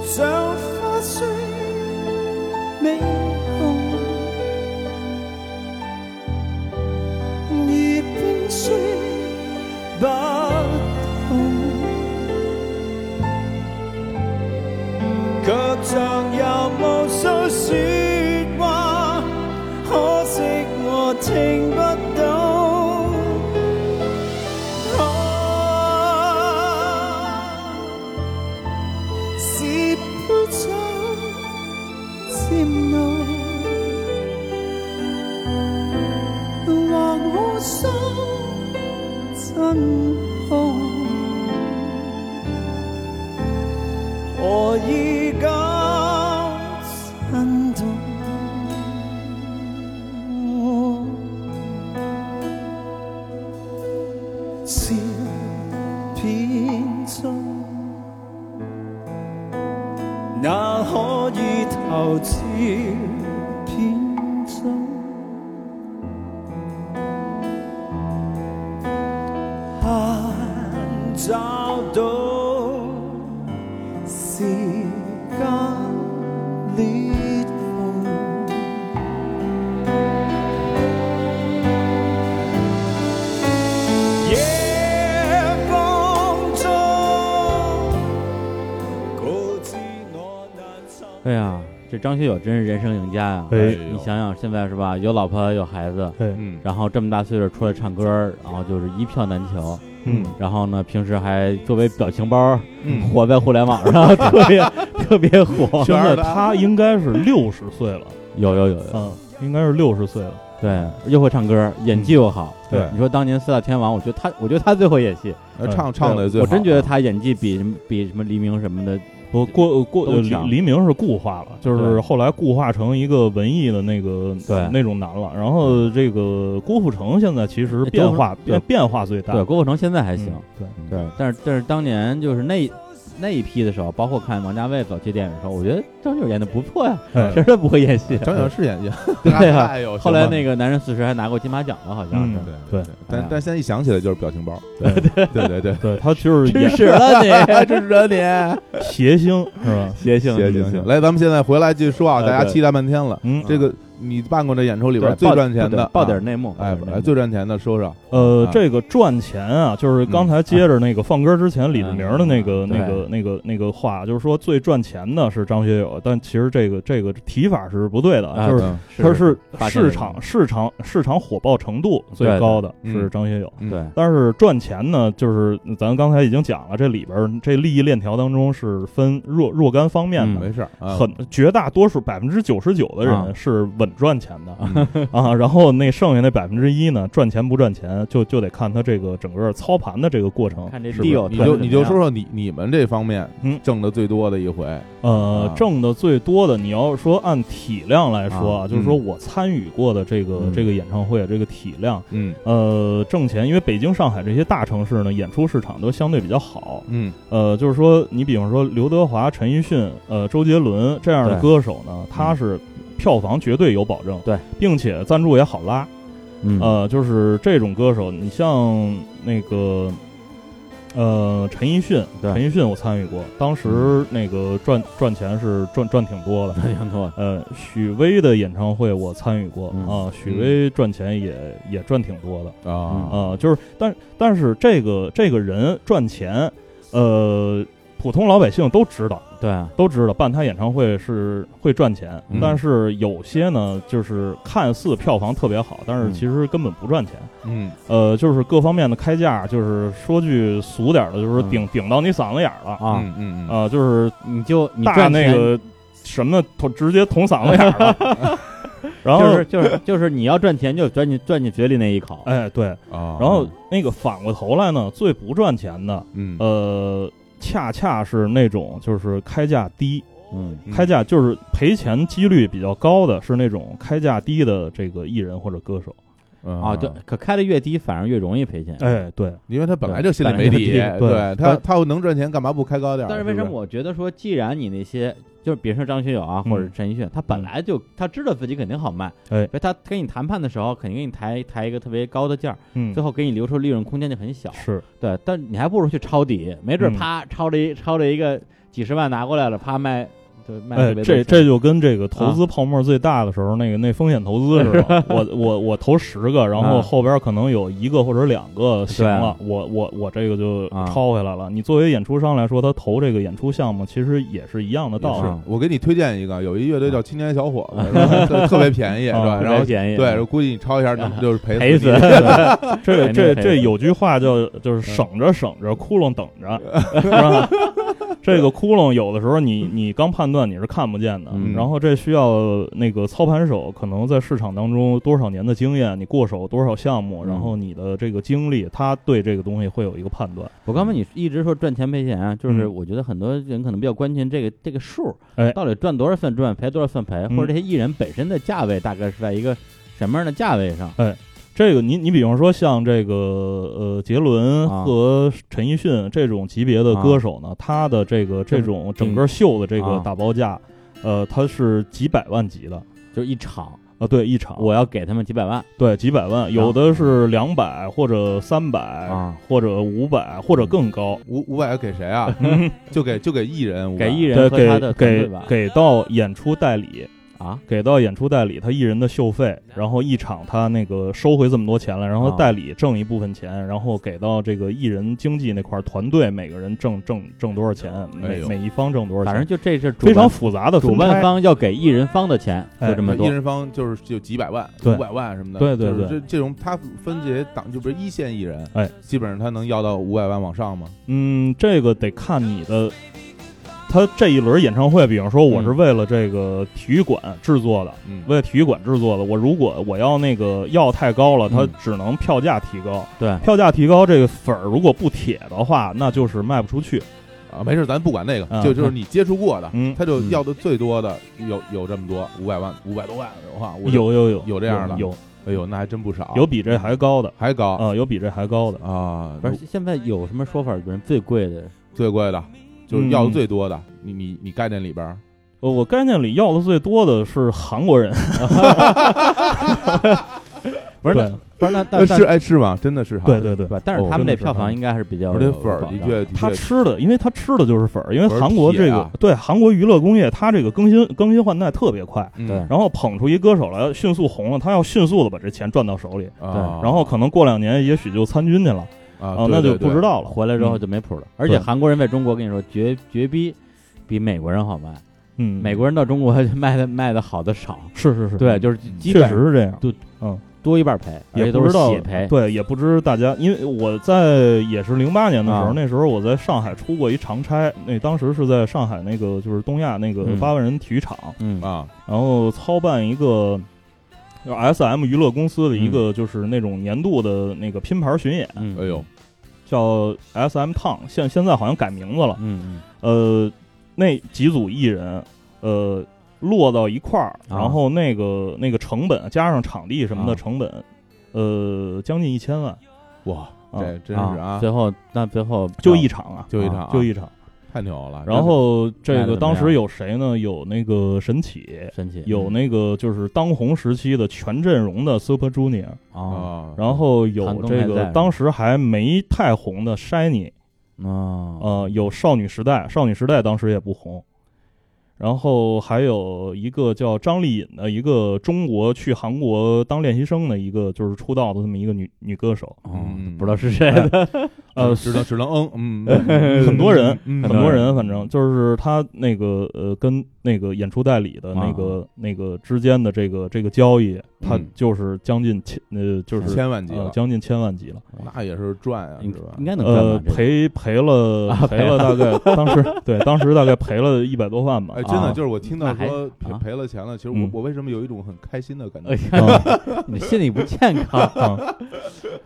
像花虽美红，而冰雪不同，卻像有無數説話。可惜我听不到。啊，是杯酒渐浓，後照片中，限找到時間裂縫。夜風中，告知我難尋。
哎呀，这张学友真是人生赢家呀！
哎
你想想现在是吧，有老婆有孩子，
哎，
嗯
然后这么大岁数出来唱歌，然后就是一票难求。
嗯，
然后呢，平时还作为表情包
嗯，
火在互联网上， 特别特别 火。
现在他应该是六十岁了，
有有有有，
嗯，应该是六十岁了，
对，又会唱歌，演技又好。
嗯
对
你说当年四大天王，我觉得他，我觉得他最会演戏。
呃唱唱的最
我
好，
真觉得他演技比什么比什么黎明什么的，
我过过
都
呃黎
强
黎明是固化了，就是
对
后来固化成一个文艺的那个
对
那种男了。然后这个郭富城现在其实
哎
变化
都是
变
对
变化最大，
对郭富城现在还
嗯
行。
对
对，但是但是当年就是那那一批的时候，包括看王家卫早期电影的时候，我觉得张学友演的不错呀，
哎
谁说不会演戏？
张小是演员，
对啊
太有
后来
什么
那个《男人四十》还拿过金马奖了，好像是
嗯。
对
对
哎呀
但但现在一想起来就是表情包，
对
对对对，
对，他就是
吃
演
屎了你！
支持着你，
谐星是 吧？
邪性
行行行，，来，咱们现在回来继续说啊，
哎
大家
对
期待半天了，
嗯，
这个你办过的演出里
里
边最赚钱的，
爆
啊
点内幕，
哎，
爆点内幕
哎最赚钱的说说，
呃
啊，
这个赚钱啊，就是刚才接着那个放歌之前李志明的那个、
嗯
那个、那个、那个话，就是说最赚钱的是张学友，但其实这个这个提法是不对的，
啊
就是
嗯
它是
发现
市
了
场市场市场火爆程度最高的
对的
是
嗯
张学友。
嗯
对，
但是赚钱呢，就是咱刚才已经讲了，这里边儿这利益链条当中是分若若干方
嗯
面的，
没事儿啊，
很绝大多数百分之九十九的
啊
人是稳赚钱的
嗯
啊，然后那剩下那百分之一呢，赚钱不赚钱就就得看他这个整个操盘的这个过程。
看这
是不是
deal，
你
特别
就
怎么
你就
样
说说你你们这方面
嗯
挣的最多的一回，
呃
啊，
挣的最多的，你要说按体量来说
啊
啊，就是说
嗯
我参与过的这个
嗯
这个演唱会这个体量，
嗯
呃，挣钱，因为北京、上海这些大城市呢，演出市场都相对比较好。
嗯
呃，就是说，你比方说刘德华、陈奕迅、呃周杰伦这样的
对
歌手呢，他是票房绝对有保证，
对，
并且赞助也好拉。
嗯
哦
呃，就是这种歌手，你像那个。呃，陈奕迅，
对嗯
陈奕迅我参与过，当时那个赚赚钱是赚赚挺多的，
那挺多，
呃，许巍的演唱会我参与过、
嗯
啊，许巍赚钱也、也赚挺多的
啊
啊、就是但但是这个这个人赚钱，呃，普通老百姓都知道，
对啊，
都知道办他演唱会是会赚钱，
嗯
但是有些呢，就是看似票房特别好，但是
嗯
其实根本不赚钱。
嗯
呃，就是各方面的开价，就是说句俗点儿的，就是
嗯
顶、顶到你嗓子眼儿了啊、
啊，
嗯嗯嗯，
呃就是
你就你
大
赚钱
那个什么捅直接捅嗓子眼儿了， 然后、
就是就是就是你要赚钱就钻进钻进嘴里那一口，
哎对，
啊，
然后那个反过头来呢，最不赚钱的，
嗯
呃，恰恰是那种就是开价低，
嗯
嗯
开价就是赔钱几率比较高的，是那种开价低的这个艺人或者歌手。
啊，对，可开的越低反而越容易赔钱，
哎，对，
嗯因为他本来
对
就心里
本来
没
就
底，
低
对
对
他他要能赚钱，干嘛不开高点儿？
但是
是
为什
不
么我觉得说，既然你那些就是比如说张学友啊，
嗯
或者陈奕迅，他本来就他知道自己肯定好卖，
哎
所以他跟你谈判的时候，肯定给你抬抬一个特别高的价儿，
嗯
最，后给你留出利润空间就很小。
是，
对，但你还不如去抄底，没准
嗯
啪抄了一抄了一个几十万拿过来了，啪卖就卖
哎
特，别多
这
钱。
这就跟这个投资泡沫最大的时候，那个那风险投资似 的。我我我投十个，然后
啊
后边可能有一个或者两个行
对
了，我我我这个就
啊
抄回来了。你作为演出商来说，他投这个演出项目其实也是一样的
也
道
是
理。
啊
我给你推荐一个，有一乐队叫青年小伙 子，是吧特特别便宜，是吧？
啊
然
哦
后
特别便宜嗯
对，我估计你抄一下，能就是 赔
赔
死
死
你。
这
肯定
这
可以
这
的
有句话叫就是省着省着，窟窿等着，是吧？ 这个窟窿有的时候你你刚判断你是看不见的，
嗯
然后这需要那个操盘手可能在市场当中多少年的经验，你过手多少项目，
嗯
然后你的这个经历，他对这个东西会有一个判断。
我刚才你一直说赚钱赔钱啊，就是
嗯
我觉得很多人可能比较关心这个这个数，
哎
到底赚多少算赚，赔多少算赔，
嗯
或者这些艺人本身的价位大概是在一个什么样的价位上？
这个你你比方说像这个呃杰伦
啊
和陈奕迅这种级别的歌手呢，他的这个这种整个秀的这个
嗯啊
打包价。呃，它是几百万级的，
就是一场，
啊，对，一场，
我要给他们几百万
对几百万，有的是两百或者三百，
啊，嗯
或者五百或者更高，
五五百给谁啊？就给就给艺人，
给艺
人。
人
对，
和他的
给
团队
给
吧
给到演出代理，
啊，
给到演出代理他艺人的秀费，然后一场他那个收回这么多钱来，然后
啊
代理挣一部分钱，然后给到这个艺人经纪那块儿团队每个人挣挣挣多少钱，
哎
每
呦
每一方挣多少钱，
反正就这是主
非常
办
复杂的
主
分
办
开。
方要给艺人方的钱，就
哎
这么
艺
多，
人方就是就几百万、
对
五百万什么的，
对对
就是
对
这这种他分这些档，就比如一线艺人，
哎，
基本上他能要到五百万往上吗？
嗯，这个得看你的。他这一轮演唱会，比方说我是
嗯
为了这个体育馆制作的，
嗯，
为了体育馆制作的。我如果我要那个要太高了，它
嗯
只能票价提高。
对，
票价提高，这个粉儿如果不铁的话，那就是卖不出去。
啊，没事，咱不管那个，
啊
就就是你接触过的，
嗯
他就要的最多的有有这么多，五百万、五百多万的话，我就，
有有有
有这样的
有
哎呦，那还真不少，
有比这还高的
还高
啊，有比这还高的。
啊，
不是现在有什么说法？人最贵的，
最贵的，就是要的
嗯
最多的，你你你概念里边儿，
呃我概念里要的最多的是韩国人，
不是
对
那不是那
呃
但但
是哎是吗？真的是哈，
对对对，
吧？但是
哦
他们
真
这
的是
票
他
房
们
应该还是比较
我这粉儿
有保
的
障
确的
他
确
吃的，因为他吃的就是粉儿，因为
粉儿
韩国
铁
这个、
啊
对韩国娱乐工业，它这个更新更新换代特别快，
嗯
对
然后捧出一歌手来迅速红了，他要迅速的把这钱赚到手里，
啊，
然后可能过两年也许就参军去了
啊，
那就不知
道
道了。
回来之后就没谱了。而且韩国人在中国，跟你说绝绝逼比美国人好卖，
嗯，
美国人到中国卖的卖的好的少，
是是是，
对，就是
嗯
基
确
本
实是这样。
多一半赔，而
也
且
不
都
知
是
道
血赔，
对，也不知大家，因为我在也是零八年的时候，
啊
那时候我在上海出过一长差，那当时是在上海那个就是东亚那个
嗯
八万人体育场，
嗯
啊，
然后操办一个。就是 S.M. 娱乐公司的一个就是那种年度的那个拼盘巡演，
嗯，
哎呦，
叫 S.M. Town，现现在好像改名字了。
嗯
呃，那几组艺人，呃，落到一块儿，
啊
然后那个那个成本加上场地什么的
啊
成本，呃，将近一千万，
哇，
啊
这
嗯
真是啊，
最后那最后
就一场啊，
就一场啊，
就一场。
太牛了，
然后
卖
这
得怎
个
么
当时
样嗯
有谁呢？有那个神起，
神奇
有那个就是当红时期的全阵容的 Super Junior，
啊
啊，
然后
韩
有
庚
这
还在
个
呢
当时还没太红的 Shiny，
啊
呃，有少女时代，少女时代当时也不红。然后还有一个叫张丽颖的一个中国去韩国当练习生的一个就是出道的这么一个女女歌手，
嗯
嗯
不知道是谁
哎
的，
呃，
只能只能嗯嗯，
很多人
嗯，
很多人，反正就是他那个呃，跟那个演出代理的那个、那个之间的这个这个交易，他
啊嗯
就是将近千呃，就是
千万级
呃
了，
将近千万级了，
那也是赚啊，
应
是吧
应？该能赚
呃，
吧？这个
赔赔了、
啊
赔
赔
了大概当时对当时大概赔了一百多万吧
哎，，真
啊
的就是我听到
那还
说赔
啊
赔了钱了，其实我
嗯
我为什么有一种很开心的感觉
哎？呀，你心理不健康，
啊，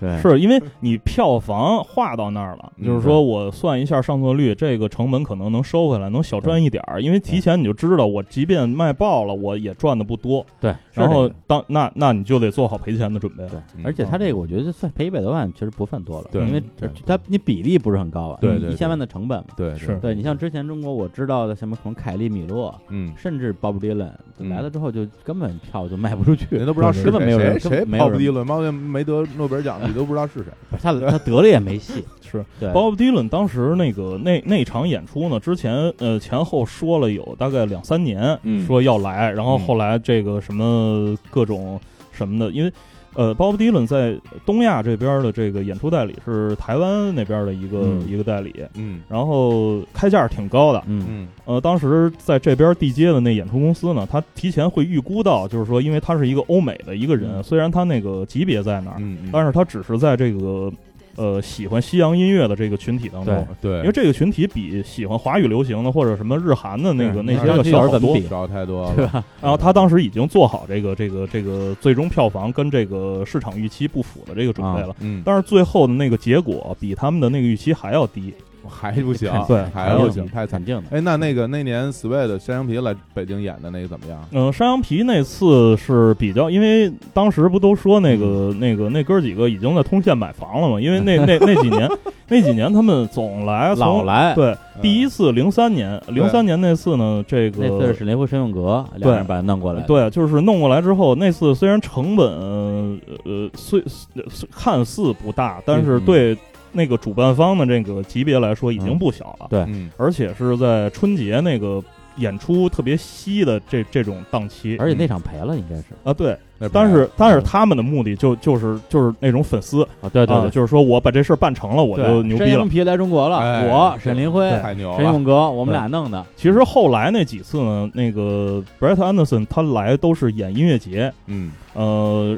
对，
是因为你票房划到那儿了，
嗯
就是说我算一下上座率，这个成本可能能收回来，能小赚一点儿，因为提前你就知道，我即便卖爆了，我也赚的不多，
对，是
然
这
后
个
当那那你就得做好赔钱的准备了。
对
嗯，
而且他这个我觉得算赔一百多万，其实不算多了，
对
因为
对
他你比例不是很高啊，
对对
一千万的成本嘛。
对，
是
对你像之前中国我知道的什么什么凯利米洛，
嗯，
甚至 Bob Dylan
嗯
来了之后就根本票就卖不出去，
人都不知道
对
是
根本没有
谁
人根
谁
本没
鲍
有
勃迪
人，
伦，猫没得诺贝尔奖，你都不知道是谁。
他他得了也没戏。
是
对，
Bob Dylan 当时那个那那场演出呢，之前呃前后说了有大概两三年，
嗯
说要来，然后
嗯
后来这个什么各种什么的，因为呃 Bob Dylan 在东亚这边的这个演出代理是台湾那边的一个、
嗯
一个代理，
嗯
然后开价挺高的，
嗯，
嗯
呃，当时在这边地接的那演出公司呢，他提前会预估到，就是说因为他是一个欧美的一个人，
嗯
虽然他那个级别在那儿，
嗯，
但是他只是在这个呃喜欢西洋音乐的这个群体当中
对，
对，
因为这个群体比喜欢华语流行的或者什么日韩的那
对
个那些
那
要小
那
好
怎么
多
比。
少太多
嗯
对
了。
吧？
然后他当时已经做好这个这个这个最终票房跟这个市
啊
场预期不符的这个准备了，
嗯，
但是最后的那个结果比他们的那个预期还要低。
还不行，
对
还
还不
不
行
太惨
肯。定的。
哎，那那个那年 Sweat 山羊皮来北京演的那个怎么样？
嗯、山羊皮那次是比较，因为当时不都说那个、
嗯
那个那哥几个已经在通县买房了嘛？因为 那那那几年那几年他们总来
老
从
来，
对第一
嗯
次零三年零三年那次呢，这个
那次是史林夫、申永格两个人把他弄过来的，
对，就是弄过来之后，那次虽然成本呃呃虽虽看似不大，但是
嗯
对那个主办方的这个级别来说已经
嗯
不小了。
对
嗯，
而且是在春节那个演出特别稀的这这种档期。
而且嗯那场赔了，应该是
啊，对，
那
但
不
是但是他们的目的就就是就是那种粉丝
啊，对
啊，就是说我把这事儿办成了，我
对
就牛
申
逼了
羊。皮来中国了，
哎
我
对
沈林辉、
太牛
沈
了，
永格，我们俩弄的，
其实后来那几次呢，那个 Brett Anderson 他来都是演音乐节，
嗯
呃，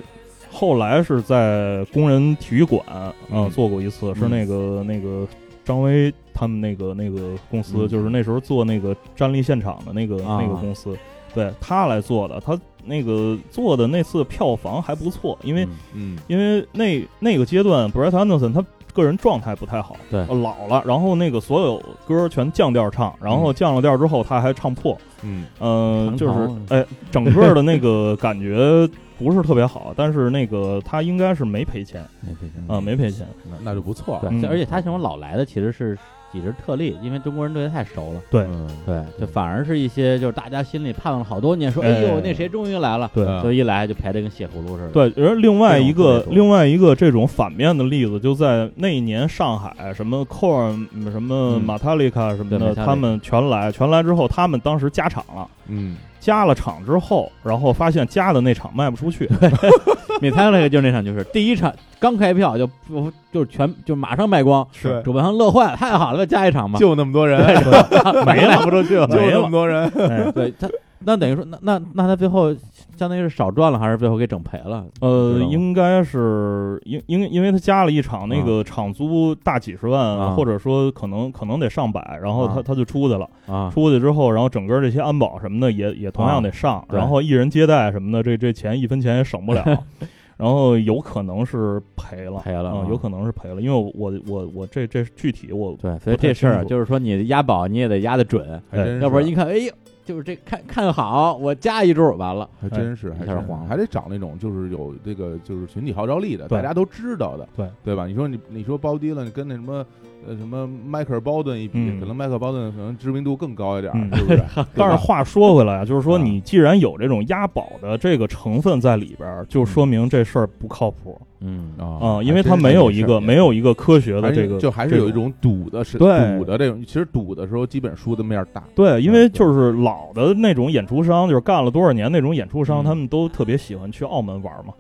后来是在工人体育馆啊、
嗯
做过一次，是
嗯
那个那个张威他们那个那个公司，
嗯
就是那时候做那个站立现场的那个、
啊
那个公司，对他来做的，他那个做的那次票房还不错，因为、
嗯
嗯
因为那那个阶段 Brett Anderson 他。个人状态不太好，
对
呃老了，然后那个所有歌全降调唱，然
嗯
后降了调之后他还唱破，
嗯
呃，
唐
就是
朝
哎，整个的那个感觉不是特别好，但是那个他应该是没赔钱啊、
那哎这是
没赔钱。
那那就不错
对，
了，
嗯
而且他这种老来的其实是几只特例，因为中国人对他太熟了。
对
嗯
对，就反而是一些就是大家心里盼望了好多年，说
哎
哎呦那谁终于来了，
对
嗯
所以一来就排的跟血葫芦似的。，
对，而另外一
这
个
种特别多
另外一个这种反面的例子，就在那一年上海什么 Core 嗯什么
嗯
马塔利卡什么的，
对，Metallica
他们全来，全来之后，他们当时加场了。
嗯，
加了场之后，然后发现加的那场卖不 出去，
米仓那个就那场就是第一场刚开票就不就是全就马上卖光，
是
主办方乐坏了，太好了，加一场吧，
就那么多人，啊
没了，不出去 了
就
没
那么
了。
多人，
哎
对他，那等于说，那那那他最后相当于是少赚了，还是最后给整赔了？
呃
知道，吗
应该是因因因为他加了一场那个场租大几十万，
啊
或者说可能可能得上百，然后他、
啊
他就出去了。
啊，
出去之后，然后整个这些安保什么的也也同样得上，
啊对
然后艺人接待什么的，这这钱一分钱也省 不了。然后有可能是赔了，
赔了
嗯
啊
有可能是赔了，因为我我我我这这具体我
对，所以这事
不太清
儿
楚
就是说，你押宝你也得押得准，
还真是
要不然一看，哎呦，就是这看看好，我加一注，完了，
还真是，
哎
还
一下
真是
黄了
还得找那种就是有这个就是群体号召力的，
对
大家都知道的，
对
对吧？你说你你说包迪了，你跟那什么呃什么迈克尔鲍顿一比，
嗯
可能迈克尔鲍顿可能知名度更高一点儿，
嗯
是 不是？
但是
对吧
话说回来啊，就是说
啊
你既然有这种押宝的这个成分在里边儿，就说明这事儿不靠谱。
嗯，
啊、
啊，
因为
它
它没有一个没有一个科学
还
的
是
这个，
就还是有一
这种
种赌的是
对
赌的这种，其实赌的时候基本输的面儿大，
对，因为
嗯对
就是老的那种演出商，就是干了多少年那种演出商，
嗯
他们都特别喜欢去澳门玩嘛。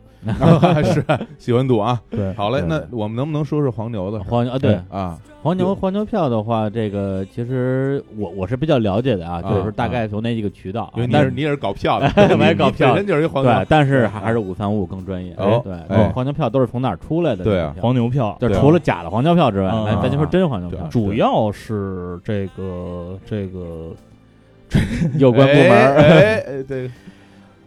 是喜欢赌啊。
对，
好嘞，
对
那
对
我们能不能说说黄牛的事儿
黄牛啊，对
哎，
啊？
黄牛
有
黄牛票的话，这个其实我我是比较了解的啊，
啊
就是大概从那几个渠道啊
因为，你
但
也
是
是你也是搞票的
，我也
你
搞
你
票
本身就是一黄牛
对，，但是还还是五三五更专业，
哎哦
对，
哎
黄牛票都是从哪儿出来的？
对啊
这个票
黄牛票
就
对啊
除了假的黄牛票之外，
啊
咱咱就说真黄牛
对
票
啊，
主要是这个这个，
有关部门
哎
儿，
哎哎，对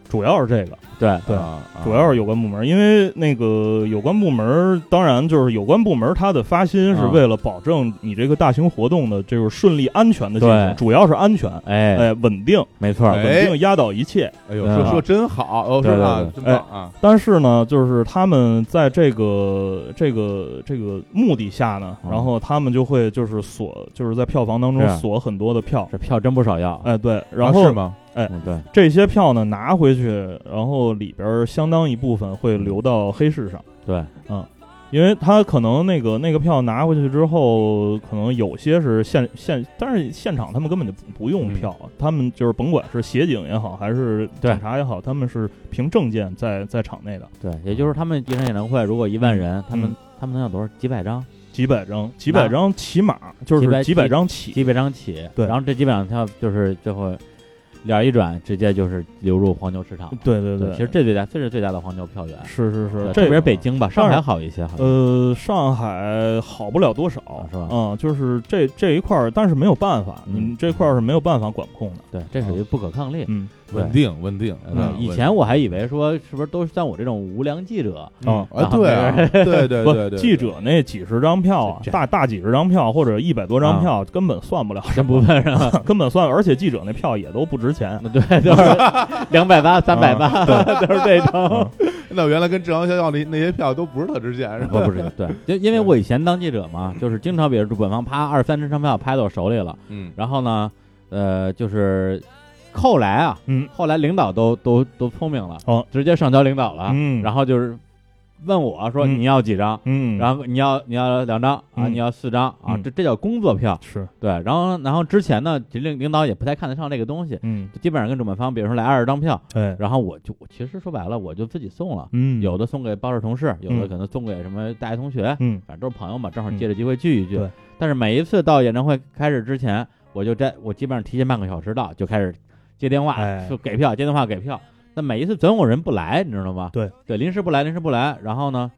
主要是这个，
对，
对
啊啊
主要是有关部门，因为那个有关部门，当然就是有关部门它的发心是
啊
为了保证你这个大型活动的就是顺利安全的进
对
行，主要是安全，
哎，
哎，稳定，
没错儿，
哎
稳定压倒一切。
哎呦，
嗯
说说真好，哦，
对
是
对
吧？
对哎
真棒啊！
但是呢，就是他们在这个这个这个目的下呢，
嗯
然后他们就会就是锁，就是在票房当中
是啊
锁很多的票。
这票真不少要，
哎，对，
啊
然
是
后
吗？
嗯，对，
这些票呢拿回去，然后里边儿相当一部分会流到黑市上，
对，
因为他可能那个那个票拿回去之后，可能有些是现现，但是现场他们根本就不不用票，他们就是甭管是协警也好，还是
嗯对
警察也好，他们是凭证件在在场内的。
对，也就是他们一场演唱会，如果一万人，他们
嗯
他们能有多少？几百张，
几百张，几百张起码就
几
是
百
几百张起，
几百张起。
对
然后这几百张票就是最后脸儿一转，直接就是流入黄牛市场。
对对
其实这最大，这是最大的黄牛票源。
是是
对
是，
特
这
别是
个
北京吧，上
但是
海好一些，好像
呃，上海好不了多少，
啊是吧
嗯，就是这这一块儿，但是没有办法，
嗯
你们这块儿是没有办法管控的。
对，这属于不可抗力。
嗯，
对
稳定稳定。
嗯
嗯
以前我还以为说是不是都是像我这种无良记者，
啊
啊，对啊，对对对
不
对对，
记者那几十张票啊
这，
大大几十张票或者一百多张
啊
票，根本算 不了，
真不笨是吧？
根本算，而且记者那票也都不值钱。
对，都是两百八、三百八， 都是这 种。
那原来跟志阳校要那那些票都不是特值钱，是吧？
不不是，对，就因为我以前当记者嘛，就是经常，比如主办方啪二三十张票拍到我手里了，
嗯，
然后呢，呃，就是后来啊，
嗯
后来领导都都都聪明了，
哦
直接上交领导了，
嗯
啊然后就是问我说
嗯
你要几张，
嗯，后
然后你要你要两张啊，
嗯
你要四张啊，
嗯
这这叫工作票，
是，
对，然后然后之前呢，其实领领导也不太看得上这个东西，
嗯，
基本上跟主办方，比如说来二十张票，
哎，
然后我就我其实说白了我就自己送了，
嗯，
有的送给报社同事，有的
嗯
可能送给什么大学同学，
嗯，
反正都是朋友嘛，正好
嗯
借着机会聚一聚。
对
但是每一次到演唱会开始之前，我就在我基本上提前半个小时到，就开始接电话，
哎
就给票，接电话给票。但每一次总有人不来，你知道吗？
对
对，临时不来，临时不来。然后呢，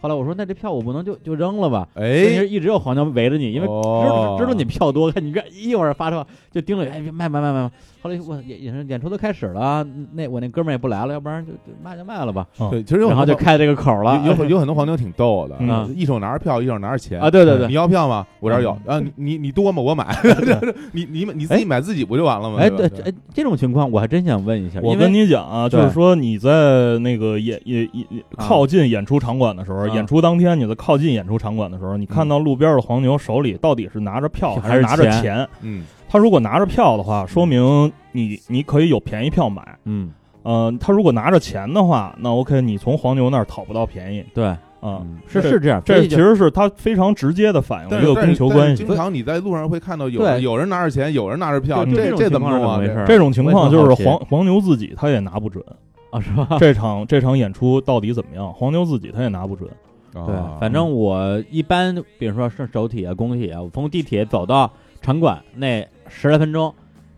后来我说那这票我不能就就扔了吧？但
哎
是，一直有黄牛围着你，因为知道、
哦
知道你票多，看你这一会儿发车就盯着你，哎，别卖卖卖卖卖。后来我演演演出都开始了，啊那我那哥们儿也不来了，要不然就就卖就卖了吧。
对，其实有
然后
很
就
多
开这个口了，
有有有很多黄牛挺逗的，
嗯
一手拿着票，一手拿着钱
啊，对
哎
对对
你，要票吗？我这儿有
嗯
啊，你你你多吗？我买， 你你你自己买自己不就完了吗？
哎，
对
对，
吧，
哎，这种情况我还真想问一下，
我
因为
跟你讲啊，就
对
是说你在那个演演演
啊
靠近演出场馆的时候，
啊嗯
演出当天你在靠近演出场馆的时候，你看到路边的黄牛手里到底是拿着票
还
还是
是
拿着
钱
钱？
嗯，
他如果拿着票的话，说明你你可以有便宜票买。
嗯，
呃，他如果拿着钱的话，那 OK，你从黄牛那儿讨不到便宜
对，
啊。
嗯是
这
是这样，所
这
以
其
就
实是他非常直接的
哎
反映
但
了一个
是
供求关系。
经常你在路上会看到有
对
有人拿着钱，有人拿着票，
就
这
种
这
情
怎么
况是
弄啊？
回
这
事儿
这种情况就
我也
是
很好
黄黄牛自己他也拿不准
啊，是吧？
这场这场演出到底怎么样，黄牛自己他也拿不准。
啊
对，反正我一般，比如说是手铁啊、工体啊，我从地铁走到场馆那十来分钟，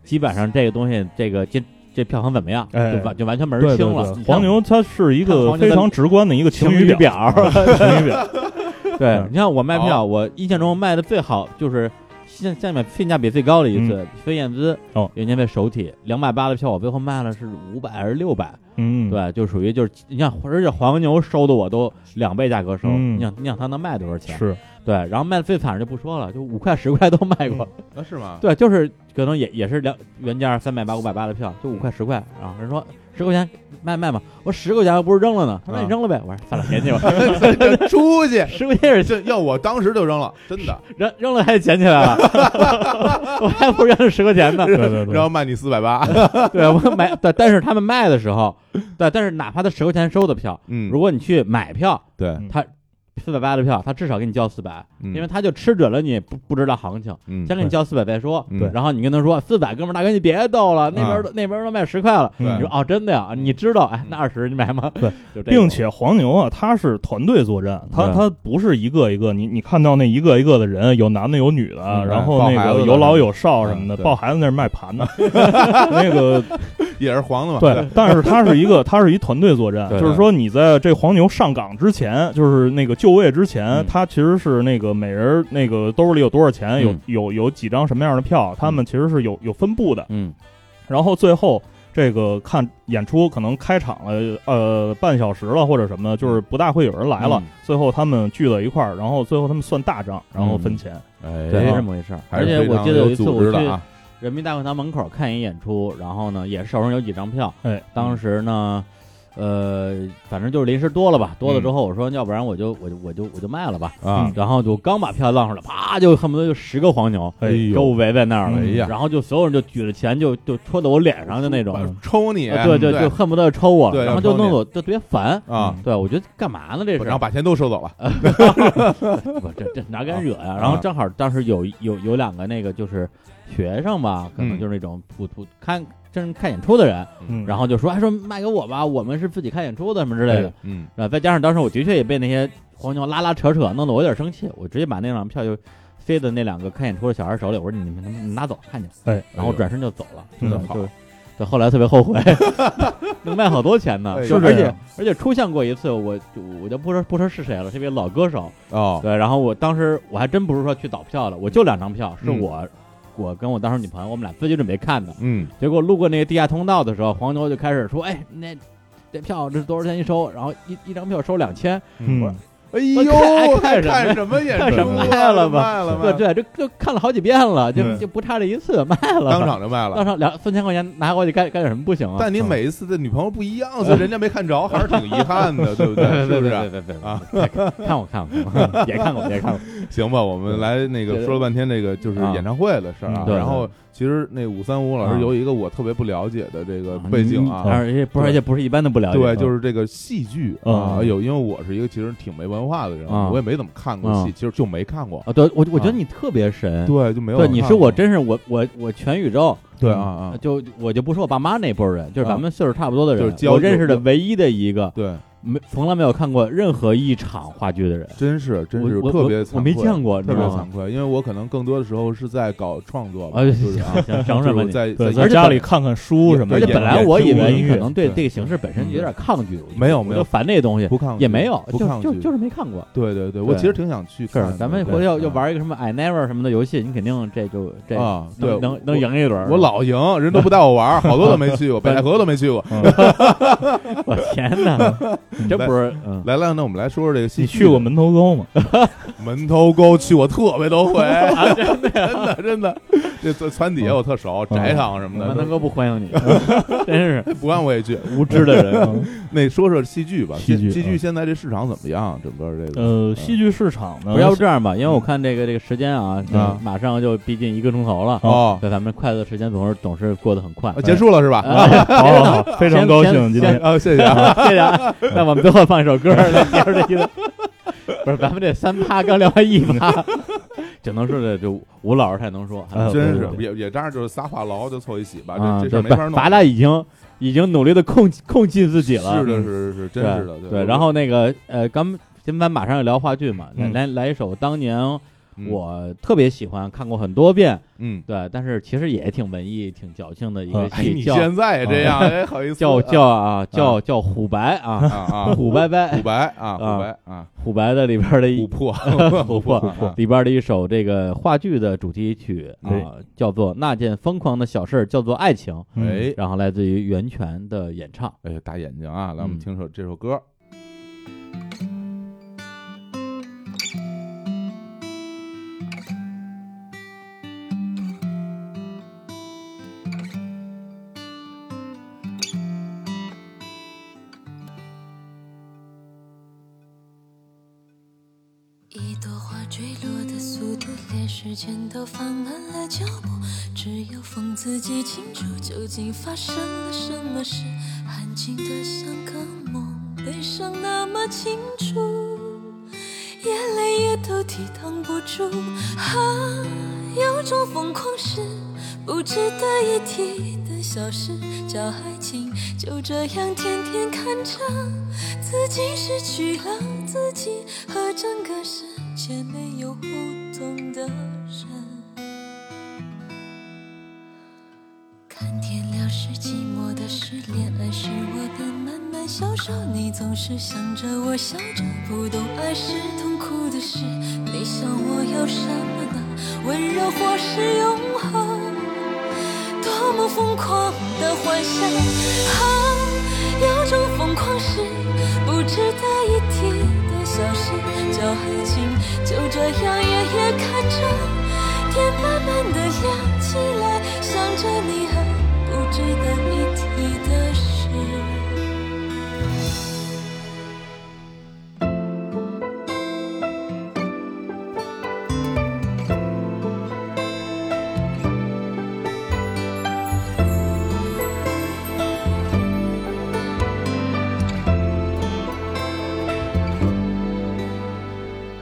基本上这个东西，这个这这票房怎么样，
哎
就完就完全没
对
人
对
听了
对，。黄牛它是一
看
个
黄牛
非
的
常直观的一个
晴
晴
雨
雨表，
表，
晴雨 表。
对
嗯
你像我卖票，
好
我印象中卖的最好就是现下面性价比最高的一次，飞燕姿
哦
原先被手铁两百八的票，我最后卖了是五百还是六百？
嗯，，
对，就属于就是你像，而且黄牛收的我都两倍价格收，
嗯
你想你想他能卖多少钱？
是
对，然后卖的最惨就不说了，就五块十块都卖过。
嗯
啊是吗？
对，就是可能也也是两原价三百八五百八的票，就五块十块，然后人说十块钱卖卖吧，我十块钱又不是扔了呢，他说
啊
那你扔了呗，我说算了，嫌弃吧，。
对，出去
十块钱也是
这要我当时就扔了，真的，
扔扔了还捡起来了， 我还不如扔了十块钱呢。
对对
然
对
后卖你四 百八，
对，我买对，但是他们卖的时候，对，但是哪怕他十块钱收的票，
嗯，
如果你去买票，
对，
他四百八的票，他至少给你交四百，
嗯
因为他就吃准了你不不知道行情，
嗯
先给你交四百再说。
嗯对啊
然后你跟他说四百，哥们儿大哥你别逗了，那边儿都、那边儿都卖十块了。
对
嗯
你说哦，真的呀？
嗯
你知道哎，那二十你买吗？
对，
就这
并
种
且黄牛啊，它是团队作战，它
对
它不是一个一个，你你看到那一个一个的人，有男的有女的，
嗯
然后
抱
那
孩子
个
的
有老有少什么
嗯
的，
对
抱孩子那是卖盘的，那个
也是黄的嘛，
对，但是它是一个它是一团队作战，
对
就是说你在这黄牛上岗之前，就是那个就位之前
嗯，
它其实是那个每人那个兜里有多少钱，有
嗯
有有几张什么样的票，他们其实是有有分布的，
嗯，
然后最后这个看演出可能开场了呃半小时了或者什么的，就是不大会有人来了。
嗯
最后他们聚到一块儿，然后最后他们算大账，然后分钱。
哎
对，是这么回事儿。
还
而
是
且
非
我
常
记得
有
一次
组
我
织的
去
啊，嗯
人民大会堂门口看一演出，然后呢也是手上有几张票，
哎，
当时呢。呃，反正就是临时多了吧，多了
嗯
之后我说，要不然我就我就我就我就卖了吧，
啊，
然后就刚把票浪出来，啪就恨不得就十个黄牛，
哎
给我围在那儿了，
哎
呀
然后就所有人就举着钱就就戳到我脸上的那种，啊
抽你，嗯啊
对对，就恨不得抽我了，
对
然后
要
就
抽你
弄得我就特别烦。
啊，
对，我觉得干嘛呢这是？
然后把钱都收走了，
不这这哪敢惹呀、然后
啊
正好当时有有有两个那个就是学生吧，可能
嗯
就是那种普普看真看演出的人，
嗯，
然后就说哎说卖给我吧，我们是自己看演出的什么之类的。
嗯，
啊，再加上当时我的确也被那些黄牛拉拉扯扯，弄得我有点生气，我直接把那两张票就塞到那两个看演出的小孩手里，我说你们你们拿走看去，
哎，
然后转身就走了，
嗯
真的
好
就对，后来特别后悔， 能卖好多钱呢。
哎
就
呦
而
哎
且
呀
而且出现过一次，我就我就不说不说是谁了，是一位老歌手。
哦，
对，然后我当时我还真不是说去倒票了，我就两张票，是
嗯
我我跟我当时女朋友我们俩自己准备看的。
嗯，
结果路过那个地下通道的时候，黄牛就开始说：“哎，那这票这多少钱一收？然后一一张票收两千。
嗯，
哎
我
呦，
看
还
看
看什么演出啊？
看什么
卖
卖了吧
卖了”卖
对
了，
对，这这看了好几遍了，就
对
就不差这一次，卖了吧。
当场就
当
卖了。
场两三千块钱拿过去该该有什么不行啊？
但你
嗯
每一次的女朋友不一样，所以人家没看着，还是挺遗憾的，对不嗯 对？是不
对
是？
对对
啊
对对，看我看 我，别看我别看我，
行吧，我们来那个
对
说了半天这个就是
啊
演唱会的事儿啊
嗯。对
然后其实那五三五老师
啊
有一个我特别不了解的这个 背景啊，
嗯而且不是
对
而且不是一般的不了解，嗯
对，就是这个戏剧
嗯
啊，有因为我是一个其实挺没文化的人，
啊
我也没怎么看过戏，
啊
其实就没看过。
啊，对我我觉
啊
得你特别神，
对，就没有看
对，
过。
你是我真是我我我全宇宙
对啊啊，
就我就不说我爸妈那波人，就是
啊
咱们岁数差不多的
就是
人，
交
我认识的
有
唯一的一个
对，
没从来没有看过任何一场话剧的人，
真是真
我
是
我
特别
我
惭
我没
愧
见过，你啊
特
知
别
道
惭
吗？
愧，因为我可能更多的时候是在搞创作吧，
啊，
就是啊，
想想想什么
就是
你？
在
对，
在
在家里看看书什么
而
的。
且
演
本来
演
我
出
以为
音
你
乐
可能对
对
这个形式本身有点抗拒，
没有
我
没
就
有
烦这东西，
不抗拒
也没有，
不
就
抗
就
拒
就是没看过。
对对对，我
对
其实挺想去看的。
是，咱们
对
回头要
嗯
要玩一个什么 I never 什么的游戏，你肯定这就这
啊，对，
能能
我
能。赢一轮。
我老赢，人都不带我玩，好多都没去过，北戴河都没去过。
我天 哪，你这不是嗯
来来，那我们来说说这个戏
你
剧。
去过门头沟 吗？
门头沟？去过特别多回，
啊
真的 真的，这这船
嗯
底下我特熟，宅场什么
门头
的，
沟不欢 迎你，真是
不让我也去。
嗯无知 的人。
那说说戏剧吧，
戏
戏
剧
戏剧
嗯
现在这市场怎么样？整个这个
呃，戏剧市场呢？
嗯不要这样吧，因为我看这个这个时间啊
啊，
马上就逼近一个钟头了。
哦，
对，咱们快乐的时间总是总是过得很快
啊。结束了是吧？
啊，
好好好，非常高兴
先
今天。
啊，谢谢啊。
对呀，那我们最后放一首歌， 来结束这期的。不是，咱们这三趴刚聊完一趴， 啊只能说这就吴老师太能说，
哎
真是
对对
也也这样，就是仨话痨就凑一起吧，
啊，
这这
对
事儿没法
不
弄。
咱俩已经已经努力的控控制自己了，嗯
是的，是是是，真是的，
对。
对。
然后那个呃，刚今咱马上要聊话剧嘛，来
嗯
来来一首当年
嗯
我特别喜欢，看过很多遍，
嗯，
对，但是其实也挺文艺、挺矫情的一个
啊
哎，
戏，
你
叫
现在也这样，哎，好意思
叫
啊
叫啊叫叫虎白
啊
啊，
啊，
虎白白
虎白啊，
啊
虎白啊，
虎白的里边的
琥
一
珀，
琥
珀，
珀
琥
里边的一首这个话剧的主题曲啊
啊对，
叫做《那件疯狂的小事儿叫做爱情》，
嗯，
哎
然后来自于袁泉的演唱。
哎，大眼睛啊，来我
嗯
们听首这首歌。
一朵花坠落的速度，连时间都放慢了脚步。只有风自己清楚，究竟发生了什么事。安静的像个梦，悲伤那么清楚，眼泪也都抵挡不住。啊，有种疯狂是不值得一提的小事，叫爱情，就这样天天看着。自己失去了自己和整个世界没有互动的人。看天亮是寂寞的事，恋爱时我便慢慢消瘦。你总是想着我笑着，不懂爱是痛苦的事。你想我要什么呢？温柔或是永恒？多么疯狂的幻想啊！有种疯狂是不值得一提的小事，叫爱情，就这样夜夜看着天慢慢的亮起来，想着你和不值得一提的事。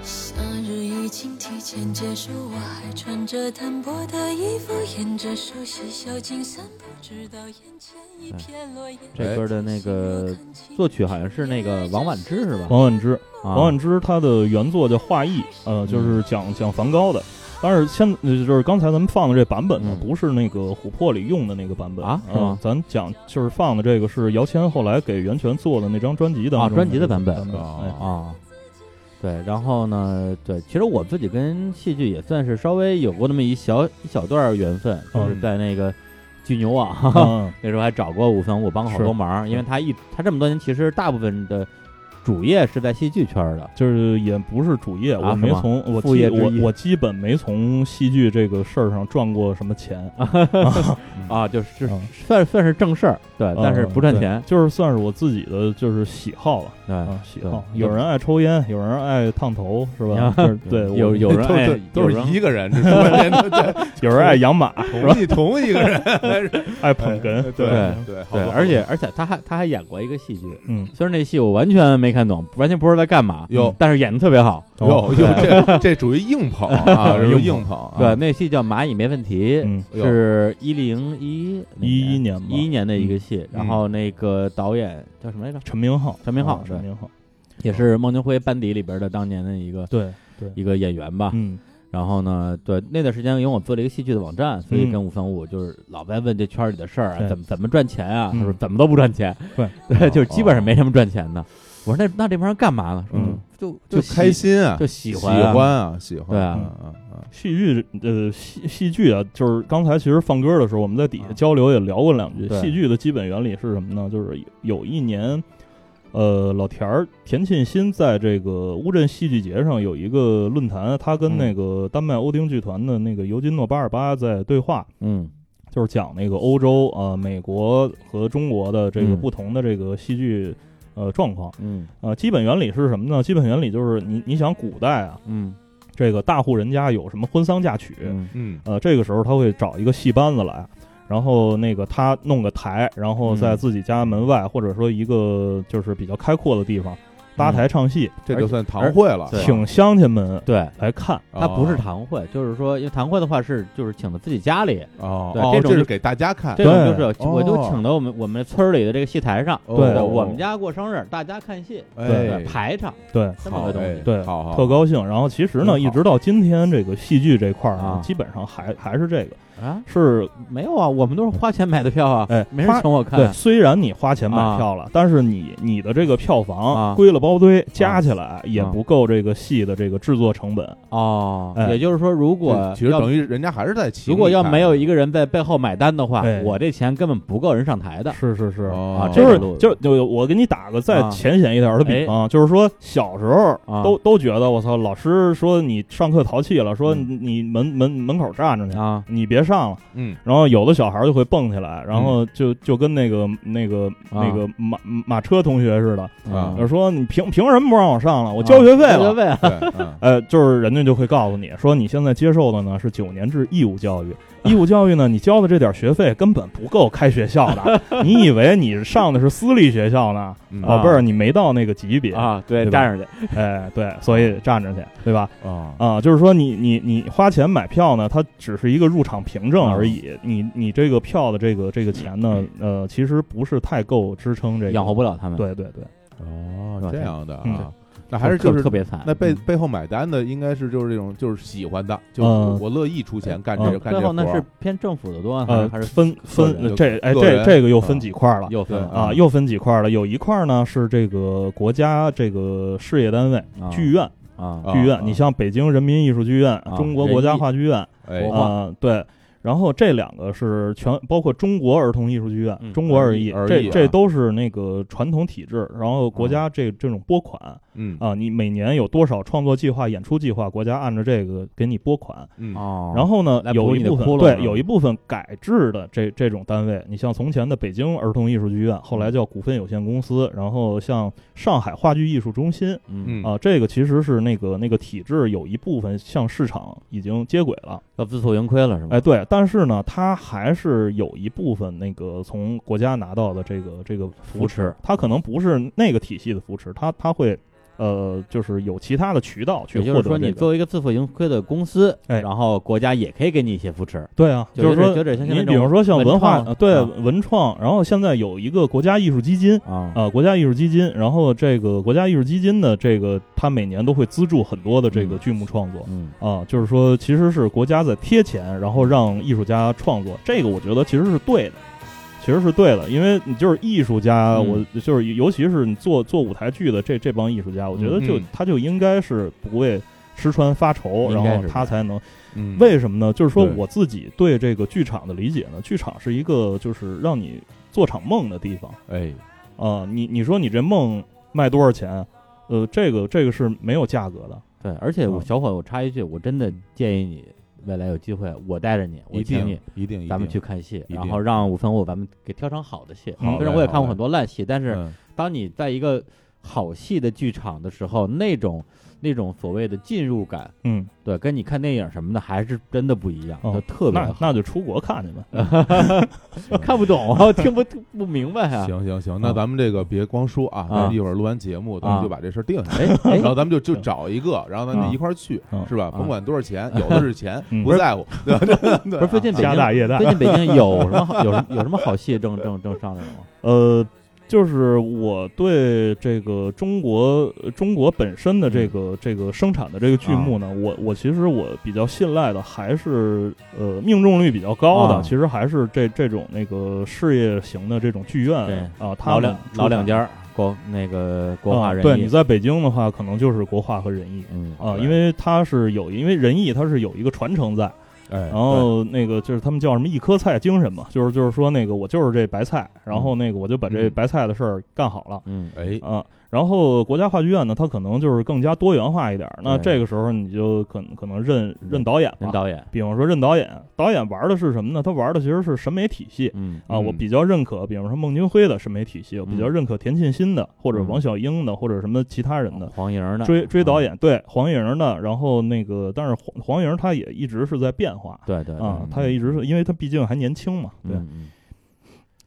夏日已经提前结束，我还穿着单薄的衣服，沿着熟悉小径散步，直到眼前一片落叶。
这歌的那个作曲好像是那个王婉之是吧？
王婉之，
啊嗯
王婉之她的原作叫《画意》，呃，就是讲讲梵高的。但是现呃就是刚才咱们放的这版本呢，
嗯
不是那个琥珀里用的那个版本呃
啊是吗
咱讲就是放的这个是姚谦后来给袁泉做的那张专辑当
啊
中
专辑
那
的
个
版本
本
哦
哎
啊。对，然后呢，对，其实我自己跟戏剧也算是稍微有过那么一小一小段缘分，就是
嗯
在那个巨牛网、
嗯
那时候还找过武松，我帮好多
是
忙，因为他一他这么多年其实大部分的主业是在戏剧圈儿的，
就是也不是主业，
啊
我没
是吗
从我
副
基
业之
我
一
我基本没从戏剧这个事儿上赚过什么钱，
啊，就是
嗯
算算是正事儿，对，但是
嗯
不赚
对
钱，
就是算是我自己的就是喜好了
对，
啊，喜
对
好。有人爱抽烟，有人爱烫头，是吧
啊？
就是对，我
有有人
都
爱
是都
有
是
人
一个人，这说半 天都在
有人爱养马，是吧？
同一同一个人，
爱捧哏，
对对好
对，
多
而且而且他还他还演过一个戏剧，
嗯，
虽然那戏我完全没看懂，完全不知道在干嘛，
哟
但是演的特别好。
哟哟，这这属于硬 捧啊，这属于硬捧啊，
对，那戏叫《蚂蚁没问题》，
嗯
哟
是一零一
11年吧嗯
一一年的一个戏，然后那个导演叫什么来着？
陈明昊，
陈明昊
啊
对
陈明昊，
也是孟京辉班底里边的当年的一个
对对，
一个演员吧。
嗯
然后呢，对那段时间，因为我做了一个戏剧的网站，所以跟五三五就是老在问这圈里的事儿啊，
对
怎么怎么赚钱啊？
嗯
他说怎么都不赚钱，
对
对，就是基本上没什么赚钱的。我说那那这帮人干嘛呢？说
嗯
就
就
喜
开心啊，
就喜欢啊
喜欢啊，喜欢，
对啊
嗯嗯
戏剧呃戏戏剧啊，就是刚才其实放歌的时候，我们在底下交流也聊过两句。
啊对
戏剧的基本原理是什么呢？就是有有一年，呃，老田儿田沁鑫在这个乌镇戏剧节上有一个论坛，他跟
嗯
那个丹麦欧丁剧团的那个尤金诺八二八在对话，
嗯
就是讲那个欧洲啊、呃美国和中国的这个
嗯
不同的这个戏剧呃状况。
嗯
呃，基本原理是什么呢？基本原理就是你你想古代啊，
嗯
这个大户人家有什么婚丧嫁娶，
嗯
嗯
呃，这个时候他会找一个戏班子来，然后那个他弄个台，然后在
嗯
自己家门外、或者说一个就是比较开阔的地方搭台唱戏，
这就算堂
而
会了，
嗯对啊
请乡亲们
对，
来看。
啊
他不是堂会，就是说，因为堂会的话是就是请的自己家里，
哦，
对
哦
这种
这是
就
给大家看，
这种就是
对
我就
哦
请到我们我们村儿里的这个戏台上，
哦
对
我我们家过生日，大家看戏，
哎
对，排场
对，
这么
好
个东
哎
西，
对
好好
特高兴。然后其实
真好
呢，一直到今天这个戏剧这块儿
啊
基本上还还是这个
啊，
是
没有啊，我们都是花钱买的票啊，
哎
没
花
人请我看
对，
啊，
虽然你花钱买票了，但是你你的这个票
啊
房归了包堆，加起来也
啊
不够这个戏的这个制作成本。
哦，
哎
也就是说，如果
这其实
要
等于人家还是在请你看，
如果要没有一个人在背后买单的话
哎，
我这钱根本不够人上台的
是是是，
哦
啊，
就
这
是
个路
就就我给你打个再
啊
浅显一点的比方，就是说小时候
啊
都都觉得我操，老师说你上课淘气了，说
嗯
你门门门口站着呢，
啊
你别上了。
嗯
然后有的小孩就会蹦起来，然后
啊
就就跟那个那个那个马马车同学似的，
啊
嗯
就说你凭凭什么不让我上了？我交学费
交学
了。
费 啊，
对嗯
呃，就是人家就会告诉你说，你现在接受的呢是九年制义务教 育，义务教育呢，你交的这点学费根本不够开学校 的，你以为你上的是私立学校呢？
嗯
宝贝儿，你没到那个级别，
啊，对，
对吧
站上去，
哎，对，所以站着去，对吧？
啊
啊、就是说你你你花钱买票呢，它只是一个入场凭证而
啊
已，你你这个票的这个这个钱呢，呃，其实不是太够支撑这个，
嗯养活不了他们，
对对对，
哦
对
这样的啊
嗯，
那还是
特
就是
特别惨，
那背
嗯
背后买单的应该是就是这种就是喜欢的，就是
嗯
我乐意出钱干
嗯
这干
啊最
这活
后
儿，
那是偏政府的多呢，
呃，
还是
分
个人
分这哎
个
这
人
这个又
啊
分几块了。
又分
对
了
啊，又分几块了。有一块呢是这个国家这个事业单位，
啊
剧院，呃
啊
啊
剧院。你像北京人民艺术剧院、中国国家话剧院啊、
哎
国画
对。然后这两个是全包括中国儿童艺术剧院、
嗯
中国
儿
儿
艺
艺，
儿艺
这
啊
这都是那个传统体制。然后国家这、这种拨款
嗯
啊，你每年有多少创作计划、演出计划，国家按照这个给你拨款。
嗯
哦，
然后呢
来，补
有
你
一
的
部分
窟窿是吧
对，有一部分改制的这这种单位，你像从前的北京儿童艺术剧院，
嗯
后来叫股份有限公司，然后像上海话剧艺术中心
嗯，
嗯
啊、这个其实是那个那个体制有一部分向市场已经接轨了，
要自负盈亏了是吧？
哎，对，但是呢，它还是有一部分那个从国家拿到的这个这个
扶持
它可能不是那个体系的扶持，它它会。呃，就是有其他的渠道去
也就
获得、
是说，你
这个
作为一个自负盈亏的公司，
哎
然后国家也可以给你一些扶持，
对啊，
就
就是
有点
说
有点像现在
你
这
比
种
如说像
文
文化
创
呃对
啊
文创，然后现在有一个国家艺术基金
啊，
啊、国家艺术基金，然后这个国家艺术基金呢，这个它每年都会资助很多的这个
嗯
剧目创作。
嗯，
啊，就是说，其实是国家在贴钱，然后让艺术家创作，这个我觉得其实是对的，其实是对的，因为你就是艺术家，
嗯
我就是尤其是你做做舞台剧的这这帮艺术家，我觉得就、
嗯
他就应该是不为吃穿发愁，
应
然
该
后
是
他
这
才能
嗯，
为什么呢？就是说
对
我自己对这个剧场的理解呢，剧场是一个就是让你做场梦的地方
哎，
啊、你你说你这梦卖多少钱？呃，这个这个是没有价格的，
对，而且
嗯
我
啊
小伙，我插一句，我真的建议你未来有机会，我带着你，我
一
请你
定，一定，
咱们
一
去
定
看戏，
一
然
定
后让五分五咱们给挑场好的戏。
好
虽然
嘞
我也
好
看过
嘞
很多烂戏，但是
嗯
当你在一个好戏的剧场的时候，那种那种所谓的进入感，
嗯，
对，跟你看电影什么的还是真的不一样，
哦
就特别
那
好。
那就出国看去吧。
看不懂啊，听不 不明白啊。
行行行，那
啊
咱们这个别光说啊，
啊
咱一会儿录完节目，咱们就把这事儿定下来，
哎哎
然，后咱们就就找一个，然后咱们
啊
一块儿去
啊，
是吧？
啊
甭管多少钱，有的是钱，
嗯
不在乎。对对
不
对，
是最近北
家
京
大业大
最近北京有什么好有什么有什么好戏正正正上着呢吗？
呃，就是我对这个中国呃中国本身的这
嗯
个、这个生产的这个剧目
啊
呢，我我其实我比较信赖的还是呃命中率比较高的，
啊
其实还是这这种那个事业型的这种剧
对
院啊，他
老
们
两
出
老两
产
家儿国那个国
啊
画人
对
艺
你在北京的话，可能就是国画和仁义。
嗯
啊，
对
因为它是有，因为仁义它是有一个传承在，
哎，
然后那个就是他们叫什么一颗菜精神嘛，就是就是说那个我就是这白菜，然后那个我就把这
嗯
白菜的事儿干好了，
嗯
对哎，
啊，然后国家话剧院呢，它可能就是更加多元化一点儿。那
对
这个时候你就可能可能认
嗯
认导演
人
吧，
导演
比方说认导演，导演玩的是什么呢？他玩的其实是审美体系
嗯
啊。
嗯
我比较认可，比方说孟京辉的审美体系，我比较
嗯
认可田沁鑫的，或者
嗯
王小英的，或者什么其他人的。
黄莹的
追追导
嗯
演对黄莹的，然后那个，但是黄黄莹她也一直是在变化
对对对
啊
嗯，
她也一直是因为她毕竟还年轻嘛，对，
嗯